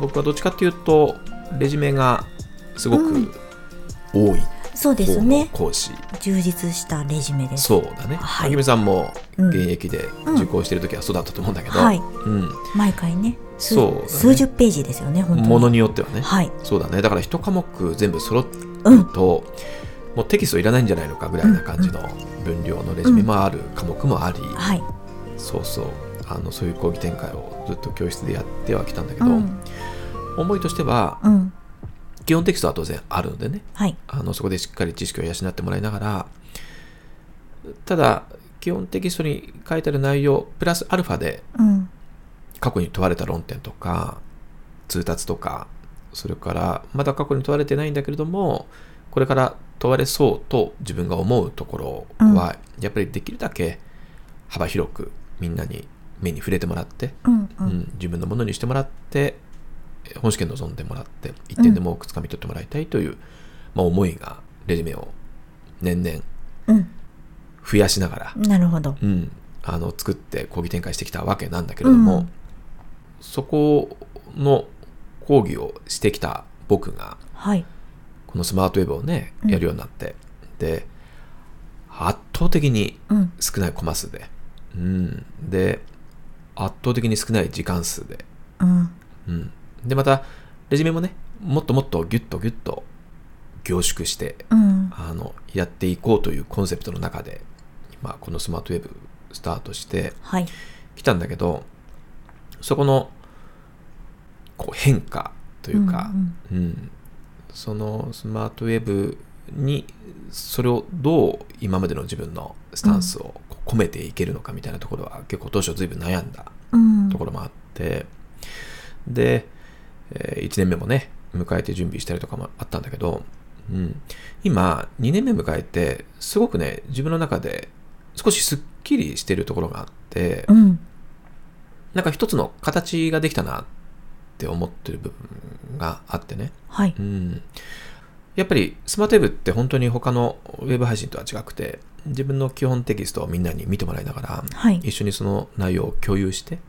Speaker 1: 僕はどっちかっていうとレジュメがすご
Speaker 2: う
Speaker 1: く
Speaker 2: ん
Speaker 1: 多い
Speaker 2: そうです
Speaker 1: 方の
Speaker 2: ね。
Speaker 1: 講師、
Speaker 2: 充実したレジュメです。
Speaker 1: そうだね
Speaker 2: はい
Speaker 1: あきみさんも
Speaker 2: うん
Speaker 1: 現役で受講してる時はそうだったと思うんだけど、
Speaker 2: はい。
Speaker 1: うん、
Speaker 2: 毎回ね。数
Speaker 1: そうだね
Speaker 2: 数十ページですよね、本当に。
Speaker 1: ものによってはね、
Speaker 2: はい。
Speaker 1: そうだねだから一科目全部揃っ
Speaker 2: うん。
Speaker 1: と、もうテキストいらないんじゃないのかぐらいな感じの分量のレジュメもある、科目もあり、
Speaker 2: はい。
Speaker 1: そうそうあのそういう講義展開をずっと教室でやってはきたんだけ
Speaker 2: う
Speaker 1: ど、
Speaker 2: ん。
Speaker 1: 思いとしては
Speaker 2: うん。
Speaker 1: 基本テキストは当然あるのでね
Speaker 2: はい。
Speaker 1: あのそこでしっかり知識を養ってもらいながらただ基本テキストに書いてある内容プラスアルファで
Speaker 2: うん。
Speaker 1: 過去に問われた論点とか通達とかそれからまだ過去に問われてないんだけれどもこれから問われそうと自分が思うところは、やっぱりできるだけ幅広くみんなに目に触れてもらって、
Speaker 2: うん。う
Speaker 1: うん
Speaker 2: ん。
Speaker 1: 自分のものにしてもらってえ本試験臨んでもらって一点でも多くつかみ取ってもらいたいという、まあ、思いがレジュメを年々
Speaker 2: うん。
Speaker 1: 増やしながら、
Speaker 2: なるほど。
Speaker 1: うん、あの作って講義展開してきたわけなんだけれども、
Speaker 2: うん
Speaker 1: そこの講義をしてきた僕が
Speaker 2: はい。
Speaker 1: このスマートウェブをね
Speaker 2: うん
Speaker 1: やるようになって、で圧倒的に
Speaker 2: うん。
Speaker 1: 少ないコマ数で、うん、で圧倒的に少ない時間数で、
Speaker 2: うん。
Speaker 1: うん、でまたレジュメもねもっともっとギュッとギュッと凝縮して
Speaker 2: うん。
Speaker 1: あのやっていこうというコンセプトの中で、まあ、このスマートウェブスタートして
Speaker 2: はい。
Speaker 1: 来たんだけどそこのこう変化というか、
Speaker 2: うん
Speaker 1: うんそのスマートウェブにそれをどう今までの自分のスタンスをこう込めていけるのかみたいなところは結構当初随分悩んだ
Speaker 2: うん。
Speaker 1: ところもあって、で、え1年目もね迎えて準備したりとかもあったんだけど、うん、今2年目迎えてすごくね自分の中で少しすっきりしてるところがあって、
Speaker 2: うん。
Speaker 1: なんか一つの形ができたなって思ってる部分があってね、
Speaker 2: はい。
Speaker 1: うん、やっぱりスマートウェブって本当に他のウェブ配信とは違くて自分の基本テキストをみんなに見てもらいながら
Speaker 2: はい。
Speaker 1: 一緒にその内容を共有して、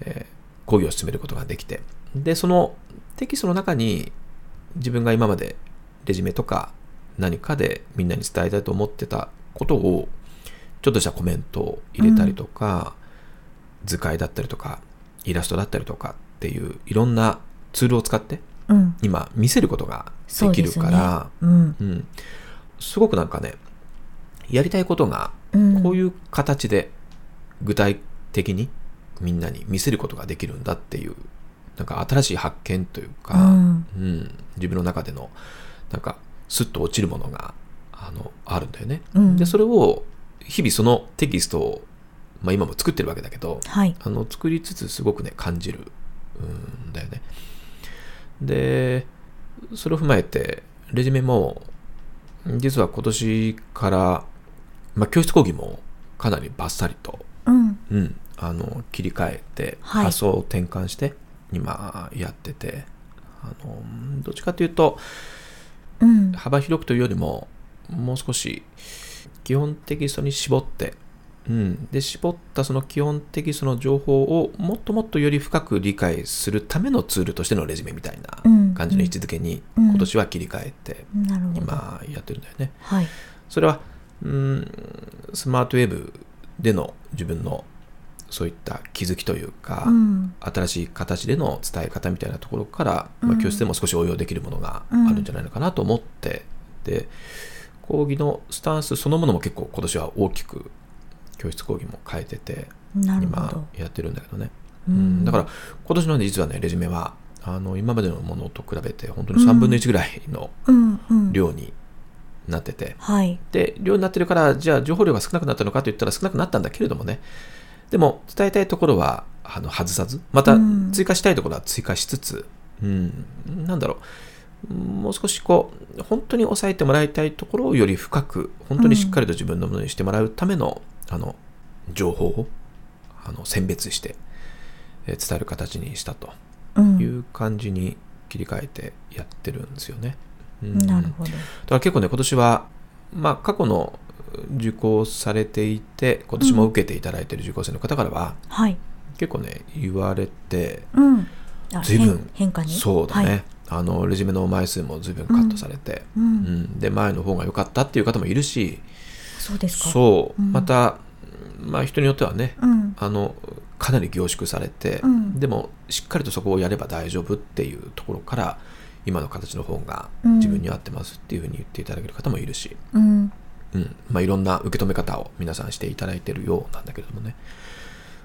Speaker 1: えー講義を進めることができてでそのテキストの中に自分が今までレジュメとか何かでみんなに伝えたいと思ってたことをちょっとしたコメントを入れたりとか、図解だったりとかイラストだったりとかっていういろんなツールを使って
Speaker 2: うん。
Speaker 1: 今見せることが
Speaker 2: そ
Speaker 1: で
Speaker 2: う
Speaker 1: き
Speaker 2: で
Speaker 1: る
Speaker 2: す
Speaker 1: か
Speaker 2: ね。
Speaker 1: ら
Speaker 2: うん。
Speaker 1: う、ん、すごくなんかねやりたいことが
Speaker 2: うん。
Speaker 1: こういう形で具体的にみんなに見せることができるんだっていう、なんか新しい発見という
Speaker 2: う
Speaker 1: か、
Speaker 2: ん。
Speaker 1: うん、自分の中での、なんか、スッと落ちるものが、あの、あるんだよね。
Speaker 2: うん
Speaker 1: で、それを、日々そのテキストを、まあ今も作ってるわけだけど、
Speaker 2: はい。
Speaker 1: あの、作りつつすごくね、感じるうんだよね。で、それを踏まえて、レジュメも、実は今年から、まあ、教室講義もかなりバッサリと、
Speaker 2: うん。
Speaker 1: うん、あの、切り替えて、
Speaker 2: はい
Speaker 1: 発想を転換して、今やってて、あの、どっちかというと、
Speaker 2: うん。
Speaker 1: 幅広くというよりも、もう少し基本テキストに絞って、うん、で絞ったその基本テキストの情報をもっともっとより深く理解するためのツールとしてのレジュメみたいな
Speaker 2: うん
Speaker 1: 感じの位置づけに
Speaker 2: うん
Speaker 1: 今年は切り替えて
Speaker 2: なるほど。
Speaker 1: 今やってるんだよね。
Speaker 2: はい。
Speaker 1: それは、うん、スマートウェブでの自分のそういった気づきというか、
Speaker 2: うん。
Speaker 1: 新しい形での伝え方みたいなところから、ま
Speaker 2: う
Speaker 1: あ、
Speaker 2: ん
Speaker 1: 教室でも少し応用できるものがあるんじゃないのかなと思って、で講義のスタンスそのものも結構今年は大きく教室講義も変えてて
Speaker 2: なるほ
Speaker 1: 今
Speaker 2: ど。
Speaker 1: やってるんだけどね、
Speaker 2: う
Speaker 1: うん
Speaker 2: ん
Speaker 1: だから今年のね実はねレジュメはあの今までのものと比べて本当に3分の1ぐらいの
Speaker 2: うん。うん。
Speaker 1: 量に、うなってて
Speaker 2: はい。
Speaker 1: で量になってるからじゃあ情報量が少なくなったのかといったら少なくなったんだけれどもねでも伝えたいところはあの外さずまた
Speaker 2: うん
Speaker 1: 追加したいところは追加しつつ、うんなんだろうもう少しこう本当に抑えてもらいたいところをより深く本当にしっかりと自分のものにしてもらうための,、あの情報をあの選別してえー伝える形にしたと
Speaker 2: う
Speaker 1: い
Speaker 2: ん。
Speaker 1: う感じに切り替えてやってるんですよね。うん
Speaker 2: なるほど。
Speaker 1: だから結構ね今年は、まあ、過去の受講されていて今年も受けていただいている受講生の方からは、
Speaker 2: はい。
Speaker 1: 結構ね言われて
Speaker 2: うん。あ
Speaker 1: 随分
Speaker 2: 変変化に。
Speaker 1: そうだね、
Speaker 2: はい。
Speaker 1: あのレジュメの枚数も随分カットされて、
Speaker 2: う
Speaker 1: うん
Speaker 2: ん。
Speaker 1: で前の方が良かったっていう方もいるし
Speaker 2: そうですか。
Speaker 1: そう、
Speaker 2: うん
Speaker 1: また、まあ、人によってはね
Speaker 2: うん。
Speaker 1: あのかなり凝縮されて、
Speaker 2: うん
Speaker 1: でもしっかりとそこをやれば大丈夫っていうところから今の形の方が
Speaker 2: うん
Speaker 1: 自分に合ってますっていうふうに言っていただける方もいるし、
Speaker 2: うん。
Speaker 1: うんまあ、いろんな受け止め方を皆さんしていただいてるようなんだけれどもね、まあ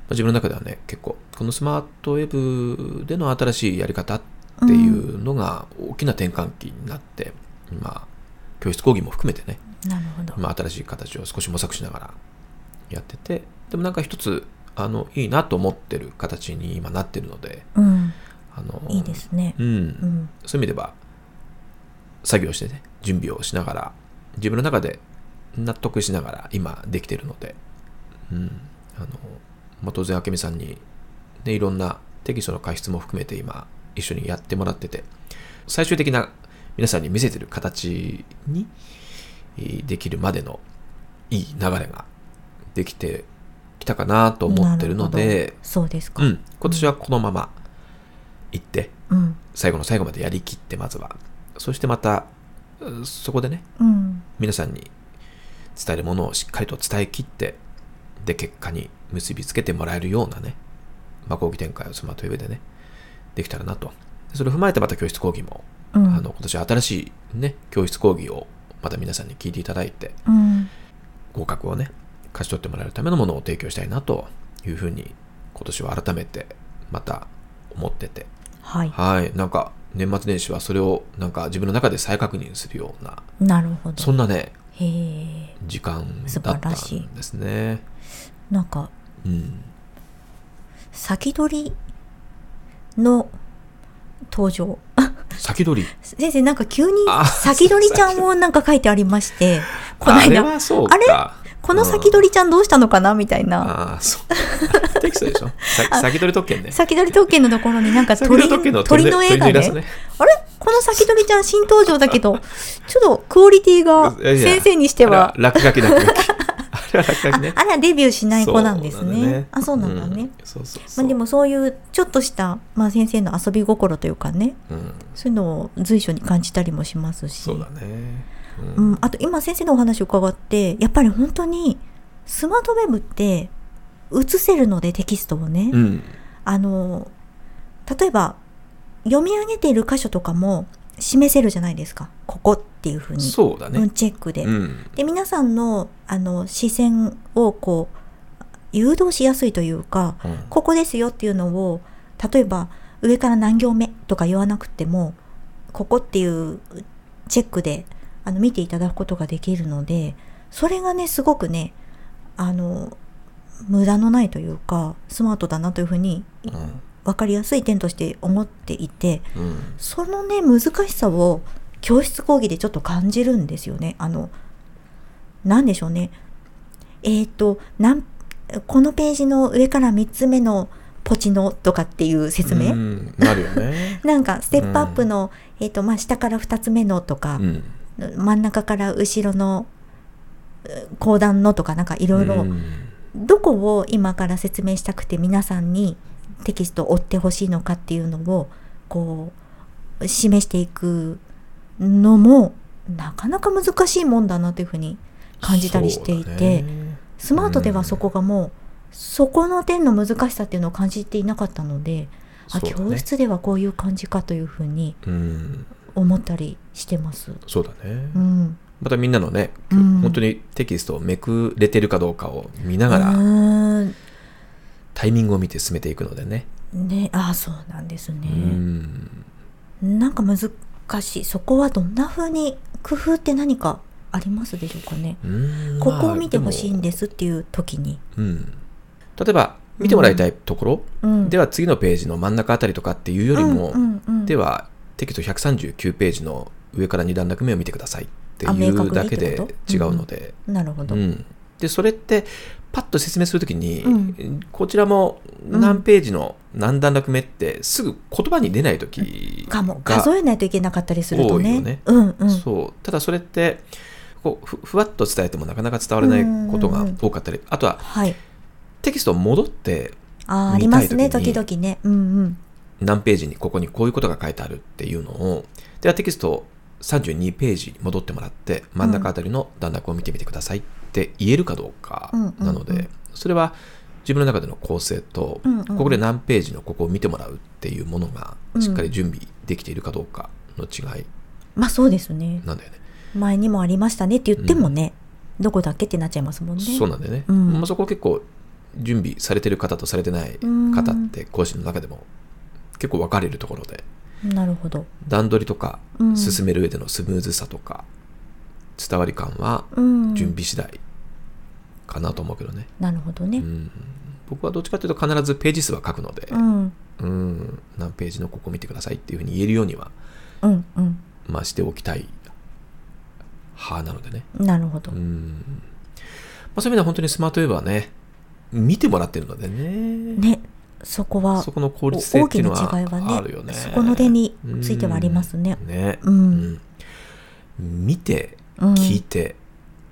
Speaker 1: 自分の中ではね結構このスマートウェブでの新しいやり方っていうのが大きな転換期になって、今教室講義も含めてね
Speaker 2: なるほど。
Speaker 1: 今新しい形を少し模索しながらやっててでもなんか一つあのいいなと思ってる形に今なってるので
Speaker 2: うん。
Speaker 1: あの
Speaker 2: いいですね
Speaker 1: う。ん
Speaker 2: うん。
Speaker 1: そういう意味では、作業してね、準備をしながら、自分の中で納得しながら今できてるので、うん、あの、まあ、当然、明美さんに、ね、いろんなテキストの解説も含めて今、一緒にやってもらってて、最終的な皆さんに見せてる形にえーできるまでのいい流れができてきたかなと思ってるの
Speaker 2: な
Speaker 1: で
Speaker 2: るほど、そうですか
Speaker 1: う。ん、今年はこのまま行って、
Speaker 2: うん。
Speaker 1: 最後の最後までやりきってまずはそしてまたうそこでね
Speaker 2: うん。
Speaker 1: 皆さんに伝えるものをしっかりと伝えきってで結果に結びつけてもらえるようなね、まあ、講義展開をスマートウェブでねできたらなとそれを踏まえてまた教室講義も、
Speaker 2: う
Speaker 1: あ
Speaker 2: ん
Speaker 1: の。今年は新しいね教室講義をまた皆さんに聞いていただいて
Speaker 2: うん。
Speaker 1: 合格をね勝ち取ってもらえるためのものを提供したいなというふうに今年は改めてまた思ってて
Speaker 2: はい。
Speaker 1: はい、なんか年末年始はそれをなんか自分の中で再確認するような
Speaker 2: なるほ
Speaker 1: そ
Speaker 2: ど。
Speaker 1: んなね
Speaker 2: へえ。
Speaker 1: 時間
Speaker 2: 素
Speaker 1: だ
Speaker 2: 晴
Speaker 1: った
Speaker 2: らしい
Speaker 1: んですね。
Speaker 2: なんか
Speaker 1: うん、
Speaker 2: 先取りの登場。
Speaker 1: 先取り
Speaker 2: 先生なんか急に
Speaker 1: あ
Speaker 2: 先取りちゃんをなんか書いてあり まして、この
Speaker 1: あれ
Speaker 2: 間、
Speaker 1: はそうか
Speaker 2: この先取りちゃんどうしたのかなみたいな。
Speaker 1: ああそう テキストでしょさ先取り特権ね。
Speaker 2: 先取り特権のところになんか
Speaker 1: 先取
Speaker 2: 鳥
Speaker 1: り特権の
Speaker 2: 鳥の絵が
Speaker 1: 鳥のイラ
Speaker 2: ね
Speaker 1: ストね
Speaker 2: あれこの先取りちゃん新登場だけ ど、ちょっとクオリティが
Speaker 1: いやいや
Speaker 2: 先生にしては
Speaker 1: あ、れは落書き落書きあれは落書きね
Speaker 2: あ。らデビューしない
Speaker 1: そう
Speaker 2: 子なんです
Speaker 1: なだ
Speaker 2: ね。あ、そうなんだ
Speaker 1: う
Speaker 2: ね。
Speaker 1: そうそうそ
Speaker 2: ま
Speaker 1: う。
Speaker 2: あでもそういうちょっとした、まあ先生の遊び心というかね、
Speaker 1: うん、
Speaker 2: そういうのを随所に感じたりもしますし。
Speaker 1: そうだね。う
Speaker 2: うんん、あと今先生のお話を伺ってやっぱり本当にスマートウェブって映せるのでテキストをね、
Speaker 1: うん
Speaker 2: あの例えば読み上げている箇所とかも示せるじゃないですかここっていうふうに
Speaker 1: そうだ
Speaker 2: うん
Speaker 1: ね。
Speaker 2: チェックで、
Speaker 1: うん
Speaker 2: で皆さんのあの視線をこう誘導しやすいというか
Speaker 1: うん
Speaker 2: ここですよっていうのを例えば上から何行目とか言わなくてもここっていうチェックであの見ていただくことができるのでそれがねすごくねあの無駄のないというかスマートだなというふうに
Speaker 1: うん
Speaker 2: 分かりやすい点として思っていて
Speaker 1: うん
Speaker 2: そのね難しさを教室講義でちょっと感じるんですよね。あのなんでしょうね。えっ、となんこのページの上から3つ目のポチのとかっていう説明、。
Speaker 1: うんなるよね
Speaker 2: なんかステップアップの、えっ、とまあ下から2つ目のとか
Speaker 1: う、ん
Speaker 2: 真ん中から後ろのう後段のとかなんかいろいろ
Speaker 1: うん
Speaker 2: どこを今から説明したくて皆さんにテキストを追ってほしいのかっていうのをこう示していくのもなかなか難しいもんだなというふうに感じたりしてい
Speaker 1: そう
Speaker 2: て、
Speaker 1: だね
Speaker 2: スマートではそこがもうそこの点の難しさっていうのを感じていなかったので、
Speaker 1: そ
Speaker 2: あ
Speaker 1: うだね
Speaker 2: 教室ではこういう感じかというふうに
Speaker 1: うん
Speaker 2: 思ったりしてます。
Speaker 1: そうだね、
Speaker 2: うん、
Speaker 1: またみんなのね、
Speaker 2: うん
Speaker 1: 本当にテキストをめくれてるかどうかを見ながら、
Speaker 2: うーん
Speaker 1: タイミングを見て進めていくのでね、
Speaker 2: ね、ああそうなんですね。
Speaker 1: うん
Speaker 2: なんか難しいそこはどんな風に工夫って何かありますでしょうかね、
Speaker 1: うーん
Speaker 2: ここを見てほしい
Speaker 1: まあ
Speaker 2: んですっていう時に、
Speaker 1: でもうん、例えば見てもらいたいところ、
Speaker 2: うん、
Speaker 1: では次のページの真ん中あたりとかっていうよりも、
Speaker 2: うんうんうん
Speaker 1: ではテキスト139ページの上から2段落目を見てくださいって
Speaker 2: あ
Speaker 1: い
Speaker 2: 明確に
Speaker 1: うだけ
Speaker 2: って
Speaker 1: で
Speaker 2: こと
Speaker 1: 違うので、
Speaker 2: なるほど、
Speaker 1: うんでそれってパッと説明するときに、
Speaker 2: う
Speaker 1: こちらも
Speaker 2: うん
Speaker 1: 何ページの何段落目ってすぐ言葉に出ないとき
Speaker 2: かも数えないといけなかったりすると
Speaker 1: 多い
Speaker 2: ね
Speaker 1: よね
Speaker 2: うんうん
Speaker 1: そうただそれってこうふふわっと伝えてもなかなか伝わらないことが多かったりあとは
Speaker 2: はい
Speaker 1: テキストを戻って
Speaker 2: あーありますね
Speaker 1: 見たい時
Speaker 2: 時
Speaker 1: に
Speaker 2: 々ねうんうん
Speaker 1: 何ページにここにこういうことが書いてあるっていうのをではテキストを32ページに戻ってもらって真ん中あたりの段落を見てみてくださいって言えるかどうか
Speaker 2: うんうんうん
Speaker 1: なので、それは自分の中での構成と、
Speaker 2: うんうん
Speaker 1: ここで何ページのここを見てもらうっていうものがしっかり準備できているかどうかの違い
Speaker 2: まあそうですね
Speaker 1: なんだよね。
Speaker 2: 前にもありましたねって言ってもね、どこだっけってなっちゃいますもんね
Speaker 1: そうなんだよね、
Speaker 2: うん
Speaker 1: まあ、そこ結構準備されてる方とされてない方って講師の中でも結構分かれるところで
Speaker 2: なるほど
Speaker 1: 段取りとか
Speaker 2: うん
Speaker 1: 進める上でのスムーズさとか伝わり感は
Speaker 2: うん
Speaker 1: 準備次第かなと思うけどね、
Speaker 2: なるほど
Speaker 1: う
Speaker 2: ね
Speaker 1: ん、僕はどっちかというと必ずページ数は書くので
Speaker 2: う、ん
Speaker 1: うん、何ページのここ見てくださいっていうふうに言えるようには、
Speaker 2: うんうん
Speaker 1: まあ、しておきたい派なのでね、
Speaker 2: なるほど
Speaker 1: うんまあ、そういう意味では本当にスマートウェブはね見てもらってるのでね
Speaker 2: ねそこは
Speaker 1: そこの効率性
Speaker 2: 大
Speaker 1: ってい
Speaker 2: き
Speaker 1: う
Speaker 2: な
Speaker 1: の
Speaker 2: 違いは
Speaker 1: はあるよね
Speaker 2: ねそこの手についてはありますね
Speaker 1: ね、
Speaker 2: うん
Speaker 1: うん見て
Speaker 2: うん
Speaker 1: 聞いて、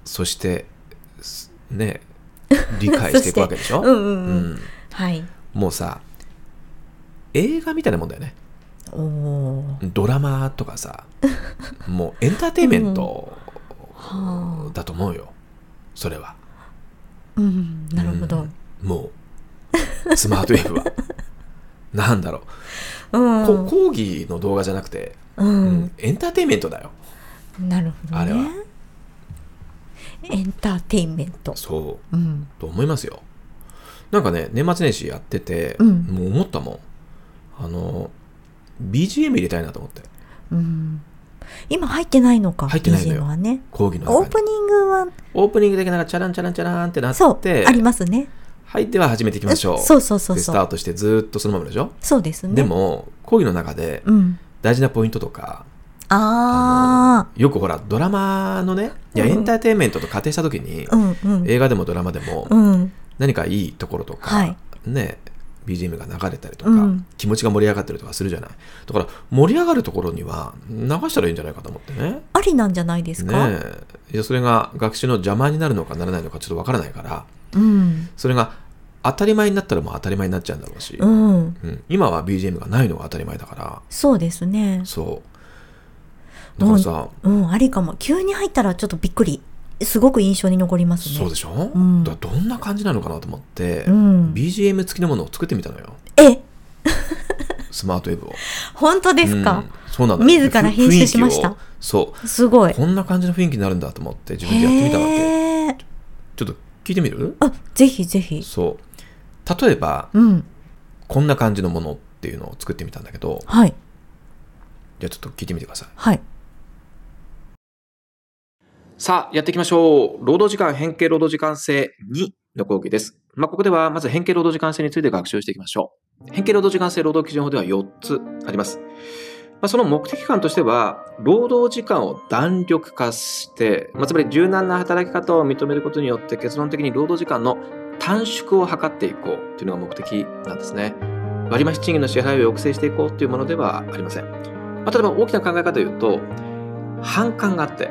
Speaker 1: そしてす ね理解していくわけでしょ
Speaker 2: うんうんうん
Speaker 1: うん
Speaker 2: はい
Speaker 1: もうさ映画みたいなもんだよね
Speaker 2: おおー
Speaker 1: ドラマとか さもうエンターテインメント
Speaker 2: は
Speaker 1: だと思うよ、それは
Speaker 2: あうんなるほど
Speaker 1: うんもうスマートウェブ はなんだろ
Speaker 2: う
Speaker 1: う、
Speaker 2: ん
Speaker 1: こ講義の動画じゃなくて、
Speaker 2: う
Speaker 1: うん
Speaker 2: ん
Speaker 1: エンターテインメントだよ
Speaker 2: なるほど
Speaker 1: あれは
Speaker 2: ねエンターテインメント
Speaker 1: そう
Speaker 2: うん
Speaker 1: と思いますよなんかね年末年始やってて、
Speaker 2: うん
Speaker 1: もう思ったもんあの BGM 入れたいなと思って
Speaker 2: うん今入ってないのか
Speaker 1: 入ってないのよ
Speaker 2: BGM はね
Speaker 1: 講義の
Speaker 2: オ
Speaker 1: 中
Speaker 2: ー
Speaker 1: に
Speaker 2: プニングは
Speaker 1: オープニングだけなんかチャランチャランチャランってなっ
Speaker 2: そう
Speaker 1: て
Speaker 2: ありますね
Speaker 1: はいでは始めていきましょう
Speaker 2: そうそうそう
Speaker 1: でス
Speaker 2: そ
Speaker 1: ター
Speaker 2: う
Speaker 1: トしてずーっとそのままでしょ、
Speaker 2: そうですね
Speaker 1: でも講義の中で
Speaker 2: うん
Speaker 1: 大事なポイントとか
Speaker 2: あ
Speaker 1: のよくほらドラマのねいや
Speaker 2: うん
Speaker 1: エンターテインメントと仮定した時に、
Speaker 2: あうんうん
Speaker 1: 映画でもドラマでも
Speaker 2: うん
Speaker 1: 何かいいところとか、
Speaker 2: はい
Speaker 1: ね BGM が流れたりとか、
Speaker 2: うん
Speaker 1: 気持ちが盛り上がったりとかするじゃないだから盛り上がるところには流したらいいんじゃないかと思ってね
Speaker 2: ありなんじゃないですか
Speaker 1: ねえいやそれが学習の邪魔になるのかならないのかちょっとわからないから
Speaker 2: うん
Speaker 1: それが当たり前になったらもう当たり前になっちゃうんだろうし、
Speaker 2: うん
Speaker 1: うん今は BGM がないのが当たり前だから
Speaker 2: そうですね
Speaker 1: そうだからさ、
Speaker 2: うんありかも急に入ったらちょっとびっくりすごく印象に残りますね
Speaker 1: そうでしょ、
Speaker 2: うん
Speaker 1: だからどんな感じなのかなと思って、
Speaker 2: うん
Speaker 1: BGM 付きのものを作ってみたのよ
Speaker 2: え
Speaker 1: スマートウェブを。
Speaker 2: 本当です
Speaker 1: う
Speaker 2: か
Speaker 1: ん、そうなの
Speaker 2: 自ら編集しました
Speaker 1: 雰囲気をそ
Speaker 2: すごいう
Speaker 1: こんな感じの雰囲気になるんだと思って自分でやってみたわけ
Speaker 2: へえ
Speaker 1: ちょっと聞いてみる
Speaker 2: あぜひぜひ
Speaker 1: そう例えば
Speaker 2: うん
Speaker 1: こんな感じのものっていうのを作ってみたんだけど
Speaker 2: はい
Speaker 1: じゃあちょっと聞いてみてください
Speaker 2: はい
Speaker 1: さあやっていきましょう労働時間変形労働時間制2の講義ですまあ、ここではまず変形労働時間制について学習していきましょう変形労働時間制労働基準法では4つありますまあ、その目的感としては、労働時間を弾力化して、まあ、つまり柔軟な働き方を認めることによって結論的に労働時間の短縮を図っていこうというのが目的なんですね。割増賃金の支払いを抑制していこうというものではありません。まあ、例えば大きな考え方で言うと、反感があって、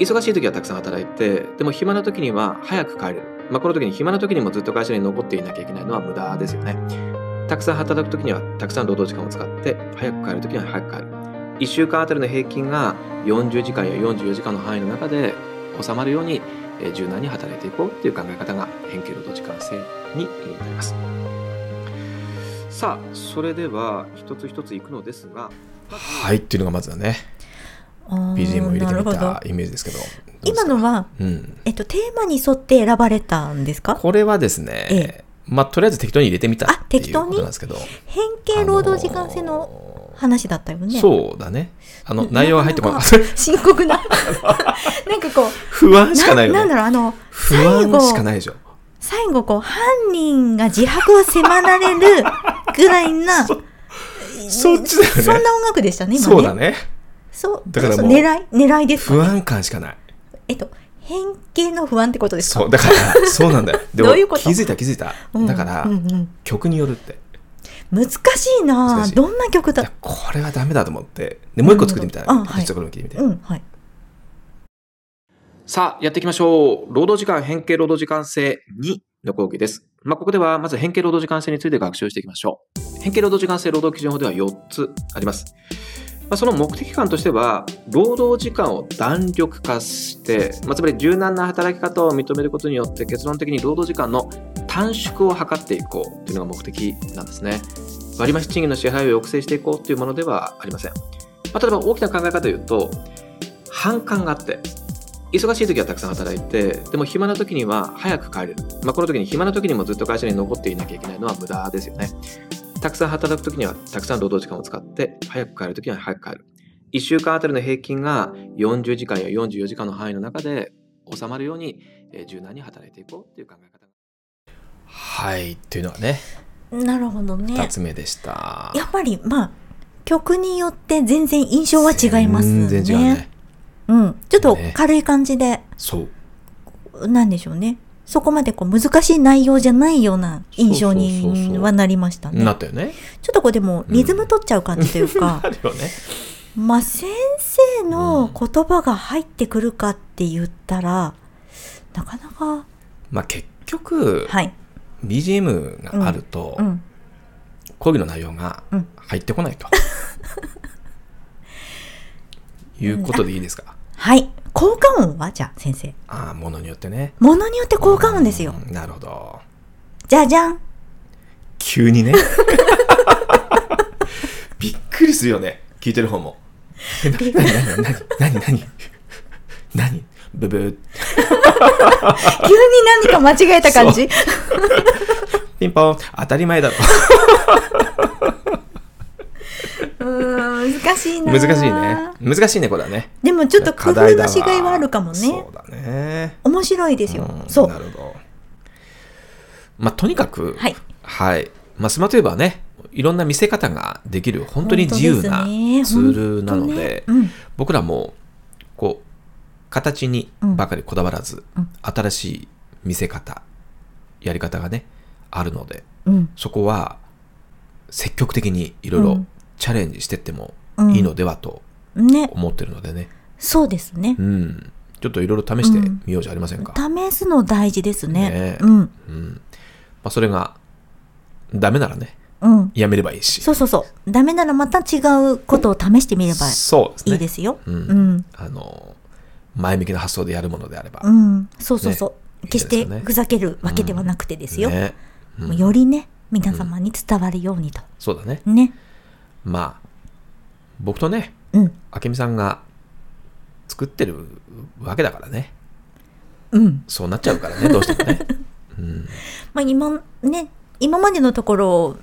Speaker 1: 忙しい時はたくさん働いて、でも暇な時には早く帰れる。まあ、この時に暇な時にもずっと会社に残っていなきゃいけないのは無駄ですよね。たくさん働く時にはたくさん労働時間を使って、早く帰る時には早く帰る。1週間あたりの平均が40時間や44時間の範囲の中で収まるようにえー柔軟に働いていこうという考え方が変形労働時間制になりますさあそれでは一つ一ついくのですがはいっていうのがまずはね
Speaker 2: あー
Speaker 1: BGM を入れて
Speaker 2: なる
Speaker 1: み
Speaker 2: ほど
Speaker 1: たイメージですけどどうです
Speaker 2: 今
Speaker 1: か
Speaker 2: のは、
Speaker 1: うん、
Speaker 2: えっと、テーマに沿って選ばれたんですか
Speaker 1: これはですね、
Speaker 2: ええ
Speaker 1: まあとりあえず適当に入れてみた
Speaker 2: あ
Speaker 1: っていう
Speaker 2: 適
Speaker 1: こ
Speaker 2: 当に
Speaker 1: となんですけど
Speaker 2: 変形労働時間制の
Speaker 1: あ
Speaker 2: 話だったよね。
Speaker 1: そうだね。あの、
Speaker 2: な
Speaker 1: 内容が入ってこない。
Speaker 2: んか深刻な。なんかこう、
Speaker 1: 不安しかない
Speaker 2: な
Speaker 1: よ
Speaker 2: んだ
Speaker 1: ね。
Speaker 2: ろう、あの、
Speaker 1: 不
Speaker 2: 最
Speaker 1: 安
Speaker 2: 後、
Speaker 1: しかないでしょ。
Speaker 2: 最後こう、犯人が自白を迫られるぐらい な、そ
Speaker 1: そっちだよね
Speaker 2: んな音楽でしたね、今ね。
Speaker 1: そうだ。ね。
Speaker 2: そう、
Speaker 1: だから
Speaker 2: そう
Speaker 1: もう
Speaker 2: 狙い、狙いですかね、
Speaker 1: 不安感しかない。
Speaker 2: えっと、偏見の不安ってことですか
Speaker 1: そう、だから、そうなんだ よ。でも
Speaker 2: どういうこと
Speaker 1: 気づいた気づいた。
Speaker 2: うん
Speaker 1: だから、
Speaker 2: うんうん
Speaker 1: 曲によるって。
Speaker 2: 難しいな
Speaker 1: 難
Speaker 2: あ
Speaker 1: しい
Speaker 2: どんな曲
Speaker 1: いや
Speaker 2: だ
Speaker 1: これはダメだと思って。で、もう一個作ってみた
Speaker 2: なる
Speaker 1: ら
Speaker 2: ほどあはい
Speaker 1: 実はこれも聞いてみて。
Speaker 2: うん、はい。
Speaker 1: さあ、やっていきましょう。労働時間変形労働時間制2の講義です。まあ、ここではまず変形労働時間制について学習していきましょう。変形労働時間制労働基準法では4つあります。まあ、その目的感としては、労働時間を弾力化して、まあ、つまり柔軟な働き方を認めることによって結論的に労働時間の短縮を図っていこうというのが目的なんですね。割増賃金の支配を抑制していこうというものではありません。まあ、例えば大きな考え方で言うと、反感があって、忙しい時はたくさん働いてでも暇な時には早く帰れる、まあ、この時に暇な時にもずっと会社に残っていなきゃいけないのは無駄ですよねたくさん働く時にはたくさん労働時間を使って早く帰る時には早く帰る1週間あたりの平均が40時間や44時間の範囲の中で収まるようにえー柔軟に働いていこうっていう考え方はいというのがね
Speaker 2: なるほどね。
Speaker 1: 2つ目でした
Speaker 2: やっぱり、まあ、曲によって全然印象は違いますね。
Speaker 1: 全然違うね
Speaker 2: うん。ちょっと
Speaker 1: ね
Speaker 2: 軽い感じで、
Speaker 1: そう
Speaker 2: なんでしょうね。そこまでこう難しい内容じゃないような印象
Speaker 1: そうそうそう
Speaker 2: に
Speaker 1: そう
Speaker 2: はなりましたね。
Speaker 1: なったよね
Speaker 2: ちょっとこうでもリズム取っちゃう感じという か
Speaker 1: あ、るよね
Speaker 2: まあ先生の言葉が入ってくるかって言ったら、なかなか、
Speaker 1: まあ結局、
Speaker 2: はい。
Speaker 1: BGM があると、
Speaker 2: うん。
Speaker 1: 講義の内容が
Speaker 2: うん
Speaker 1: 入ってこ ないと、いうことでいいですか
Speaker 2: はい。効果音はじゃあ先生。
Speaker 1: ああものによってね
Speaker 2: ものによって効果音ですよ。
Speaker 1: うんなるほど
Speaker 2: じゃじゃん。
Speaker 1: 急にね びっくりするよね聞いてる方もえな何何何何何ブブー
Speaker 2: 急に何か間違えた感じ。
Speaker 1: ピンポン当たり前だろ
Speaker 2: うーん、難しいな。
Speaker 1: 難しいね。難しいねこれはね
Speaker 2: でもちょっと工
Speaker 1: 課
Speaker 2: 夫
Speaker 1: 題だ
Speaker 2: の
Speaker 1: わ
Speaker 2: しがいはあるかもね
Speaker 1: そ。うだね
Speaker 2: 面白いですよ。
Speaker 1: うん
Speaker 2: そう。
Speaker 1: なるほど。まあ、とにかく、
Speaker 2: はい。
Speaker 1: はい。まあ、スマートウェブはね、いろんな見せ方ができる、本当に自由な
Speaker 2: 本当ですね
Speaker 1: ツールなので、
Speaker 2: うん。うん
Speaker 1: 僕らも、こう、形にばかりこだわらず、
Speaker 2: うん
Speaker 1: 新しい見せ方、やり方がね、あるので、
Speaker 2: うん。
Speaker 1: そこは、積極的にいろいうろ
Speaker 2: ん
Speaker 1: チャレンジしてっても
Speaker 2: うん
Speaker 1: いいのではと
Speaker 2: ね。
Speaker 1: 思ってるのでね、
Speaker 2: そうですね
Speaker 1: う。ん、ちょっといろいろ試してみようじゃありませんか。
Speaker 2: 試すの大事ですね。
Speaker 1: ね
Speaker 2: うん。
Speaker 1: うんまあ、それがダメならね
Speaker 2: うん。
Speaker 1: やめればいいし
Speaker 2: そうそうそう。ダメならまた違うことを試してみれば
Speaker 1: そうですね
Speaker 2: いいですよ。
Speaker 1: うん
Speaker 2: うん。
Speaker 1: あの前向きな発想でやるものであれば、
Speaker 2: うん。そうそうそう。
Speaker 1: ね
Speaker 2: 決して
Speaker 1: いいですよね
Speaker 2: ふざけるわけではなくてですよ。
Speaker 1: ねうん
Speaker 2: もうよりね、皆様に伝わるようにと。
Speaker 1: そうだね
Speaker 2: ね。
Speaker 1: まあ僕とね
Speaker 2: うん。
Speaker 1: 明美さんが作ってるわけだからね
Speaker 2: うん。
Speaker 1: そうなっちゃうからねどうしても ね、うん、
Speaker 2: まあ今、ね、今までのところ、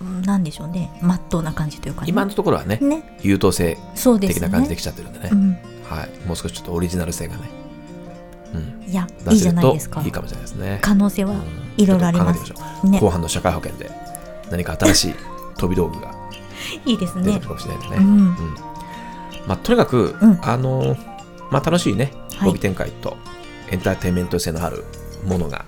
Speaker 2: うんなんでしょうね。まっとうな感じというかね。
Speaker 1: 今のところはね
Speaker 2: ね。
Speaker 1: 優等生
Speaker 2: そうです
Speaker 1: 的
Speaker 2: ね。
Speaker 1: な感じできちゃってるんでね
Speaker 2: うん。
Speaker 1: はい、もう少しちょっとオリジナル性がね、うん、
Speaker 2: いや、い
Speaker 1: 出
Speaker 2: い
Speaker 1: せ
Speaker 2: じゃ
Speaker 1: る
Speaker 2: ない
Speaker 1: と
Speaker 2: ですか。
Speaker 1: いいかもしれないですね
Speaker 2: 可能性
Speaker 1: う
Speaker 2: は
Speaker 1: ん
Speaker 2: いろいろあります
Speaker 1: ちょっと考えてみましょう。
Speaker 2: ね。
Speaker 1: 後半の社会保険で何か新しい飛び道具が
Speaker 2: いいです
Speaker 1: 出て
Speaker 2: ね
Speaker 1: くる。かもしれないんでね。
Speaker 2: うん
Speaker 1: うんまあ、とにかく、
Speaker 2: うん
Speaker 1: あのまあ、楽しいね、
Speaker 2: はい
Speaker 1: 講義展開とエンターテインメント性のあるものが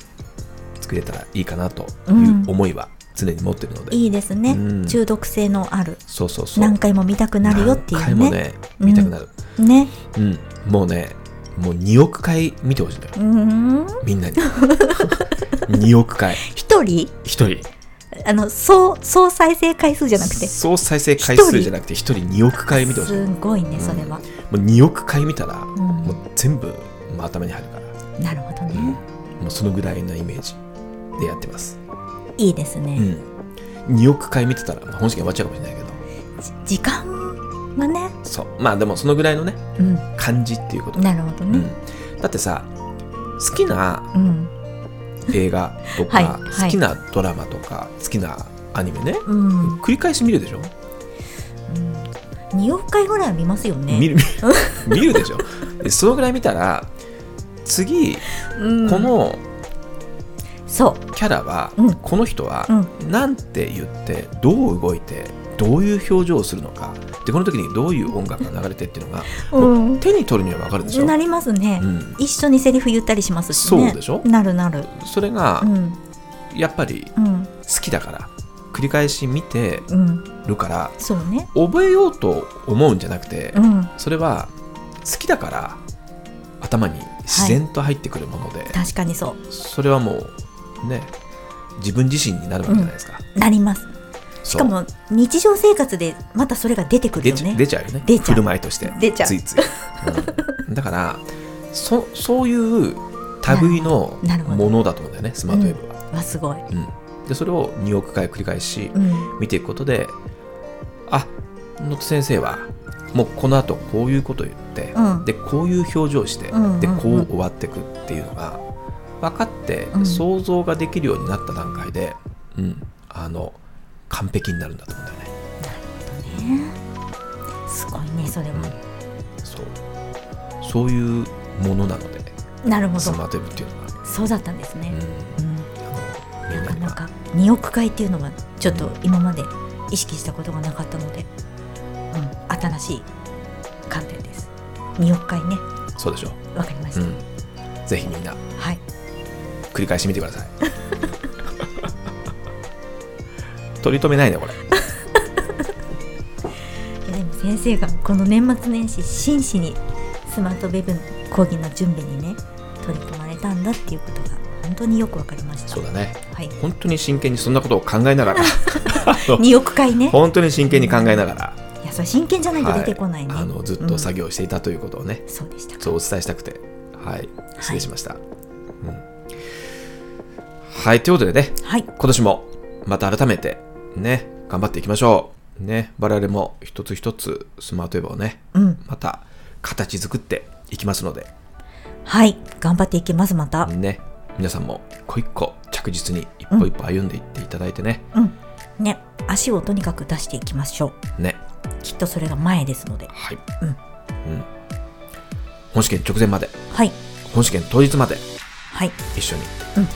Speaker 1: 作れたらいいかなとい
Speaker 2: うん
Speaker 1: う思いは常に持ってるので、
Speaker 2: いいですね、
Speaker 1: うん
Speaker 2: 中毒性のある
Speaker 1: そうそうそう。
Speaker 2: 何回も見たくなるよっていう
Speaker 1: 何回も
Speaker 2: ね
Speaker 1: ね、見たくなる。
Speaker 2: ね
Speaker 1: うん、もうね、もう2億回見てほしいんだよ
Speaker 2: う。ーん
Speaker 1: みん なに。2億回。
Speaker 2: 一人
Speaker 1: 1人。
Speaker 2: あの総総再生回数じゃなくてす
Speaker 1: 総再生回数じゃなくて1人2億回見てほしい。
Speaker 2: ごいねそれは、
Speaker 1: もう2億回見たら、
Speaker 2: ん
Speaker 1: もう全部、まあ、頭に入るから、
Speaker 2: なるほど
Speaker 1: うん
Speaker 2: ね
Speaker 1: もうそのぐらいのイメージでやってます、
Speaker 2: いいです
Speaker 1: う
Speaker 2: ね、
Speaker 1: ん、2億回見てたら、まあ、本式終わっちゃうかもしれないけど
Speaker 2: じ時間がね
Speaker 1: そうまあでもそのぐらいのね
Speaker 2: うん
Speaker 1: 感じっていうこと、
Speaker 2: なるほどね
Speaker 1: うん、だってさ好きな
Speaker 2: うん
Speaker 1: 映画とか、
Speaker 2: はいはい
Speaker 1: 好きなドラマとか好きなアニメね
Speaker 2: うん、うん
Speaker 1: 繰り返し見るでしょ
Speaker 2: 2億回ぐらいは見ますよ ね
Speaker 1: 見る見るでしょでそのぐらい見たら次
Speaker 2: うん
Speaker 1: この
Speaker 2: そう
Speaker 1: キャラは、
Speaker 2: うん
Speaker 1: この人は、
Speaker 2: う
Speaker 1: なんて言ってどう動いてどういう表情をするのかでこの時にどういう音楽が流れてっていうのが、
Speaker 2: うん
Speaker 1: もう手に取るには分かるでしょ、
Speaker 2: なりますね、
Speaker 1: うん、
Speaker 2: 一緒にセリフ言ったりしますしね
Speaker 1: そうでしょ
Speaker 2: なるなる
Speaker 1: それが
Speaker 2: うん
Speaker 1: やっぱり
Speaker 2: うん
Speaker 1: 好きだから繰り返し見て
Speaker 2: うん
Speaker 1: るから
Speaker 2: そうね
Speaker 1: 覚えようと思うんじゃなくて、
Speaker 2: うん
Speaker 1: それは好きだから頭に自然と入ってくるもので、
Speaker 2: 確かにそ
Speaker 1: それはもうね自分自身になるわけじゃないですか、
Speaker 2: うなりますし
Speaker 1: し
Speaker 2: かも日常生活でまたそれが出てくる
Speaker 1: 出
Speaker 2: よ
Speaker 1: ち,、
Speaker 2: ね
Speaker 1: 出ちゃうよね
Speaker 2: 出ちゃう
Speaker 1: 振る舞いとして
Speaker 2: 出ちゃう
Speaker 1: ついつい、うんだからそそういう類の
Speaker 2: なるほど
Speaker 1: ものだと思うんだよねスマートウェブは、
Speaker 2: わすごい
Speaker 1: うんでそれを2億回繰り返し
Speaker 2: うん
Speaker 1: 見ていくことであ野津先生はもうこの後こういうことを言って、
Speaker 2: うん
Speaker 1: でこういう表情をして、
Speaker 2: うんうんうん
Speaker 1: でこう終わっていくっていうのが分かって、
Speaker 2: うん
Speaker 1: 想像ができるようになった段階で、うん、あの完璧になるんだと思うんだよね。
Speaker 2: ねすごいねそれ
Speaker 1: うん
Speaker 2: は、
Speaker 1: そうそういうものなので
Speaker 2: なるほ
Speaker 1: ス
Speaker 2: ど
Speaker 1: マートウェブっていうのは、
Speaker 2: そうだったんですね
Speaker 1: うん、
Speaker 2: うん
Speaker 1: あのみん
Speaker 2: な
Speaker 1: なに
Speaker 2: かな
Speaker 1: は
Speaker 2: か2億回っていうのはちょっと今まで意識したことがなかったので、うん、新しい観点です2億回ね
Speaker 1: そうでしょ
Speaker 2: わかりまし
Speaker 1: う、
Speaker 2: た、
Speaker 1: ん、ぜひみんな
Speaker 2: はい
Speaker 1: 繰り返してみてくだ さい取り留めないねこれ
Speaker 2: いやでも先生がこの年末年始真摯にスマートウェブ講義の準備にね取り組まれたんだっていうことが本当によくわかりました
Speaker 1: そうだね
Speaker 2: はい、
Speaker 1: 本当に真剣にそんなことを考えながらあの
Speaker 2: 2億回ね
Speaker 1: 本当に真剣に考えながら、
Speaker 2: いやそれ真剣じゃないと
Speaker 1: はい
Speaker 2: 出てこないね、
Speaker 1: あのずっと作業していたということをね、
Speaker 2: そうでしたか
Speaker 1: そうお伝えしたくてはい失礼しました、うんはいということでね
Speaker 2: はい
Speaker 1: 今年もまた改めてね頑張っていきましょうね我々も一つ一つスマートウェブをね
Speaker 2: うん
Speaker 1: また形作っていきますので
Speaker 2: はい頑張っていきますまた
Speaker 1: ね皆さんも一個一個着実に一歩一歩歩んでいっていただいてね、
Speaker 2: うんね足をとにかく出していきましょう
Speaker 1: ね
Speaker 2: きっとそれが前ですので
Speaker 1: はい、
Speaker 2: うん
Speaker 1: うん本試験直前まで
Speaker 2: はい
Speaker 1: 本試験当日まで
Speaker 2: はい
Speaker 1: 一緒に
Speaker 2: うん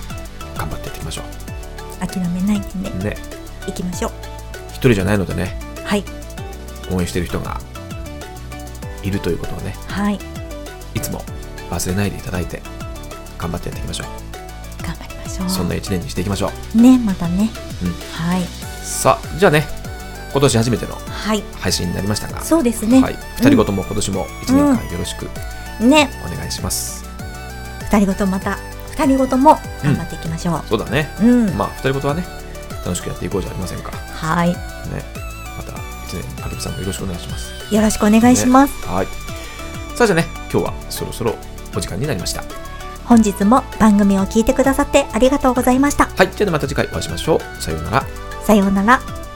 Speaker 1: 頑張っていっていきましょ
Speaker 2: 諦めないでね
Speaker 1: うね
Speaker 2: 行きましょう
Speaker 1: 一人じゃないのでね
Speaker 2: はい
Speaker 1: 応援してる人がいるということをね
Speaker 2: はい
Speaker 1: いつも忘れないでいただいて頑張ってやっていきましょう
Speaker 2: 頑張りましょう
Speaker 1: そんな一年にしていきましょう
Speaker 2: ねまたね、
Speaker 1: うん
Speaker 2: はい
Speaker 1: さあじゃあね今年初めての
Speaker 2: はい
Speaker 1: 配信になりましたが
Speaker 2: そうですね、
Speaker 1: はい、2人ごとも今年も1年間よろしく
Speaker 2: ね
Speaker 1: お願いします、
Speaker 2: 二人ごとまた二人ごとも頑張っていきましょう
Speaker 1: そうだね
Speaker 2: うん、
Speaker 1: まあ2人ごとはね楽しくやっていこうじゃありませんかね
Speaker 2: はい
Speaker 1: また1年あけみさんもよろしくお願いします
Speaker 2: よろしくお願いします、
Speaker 1: はいさあじゃあね今日はそろそろお時間になりました
Speaker 2: 本日も番組を聞いてくださってありがとうございました
Speaker 1: はい、じゃあまた次回お会いしましょう。さようなら。
Speaker 2: さようなら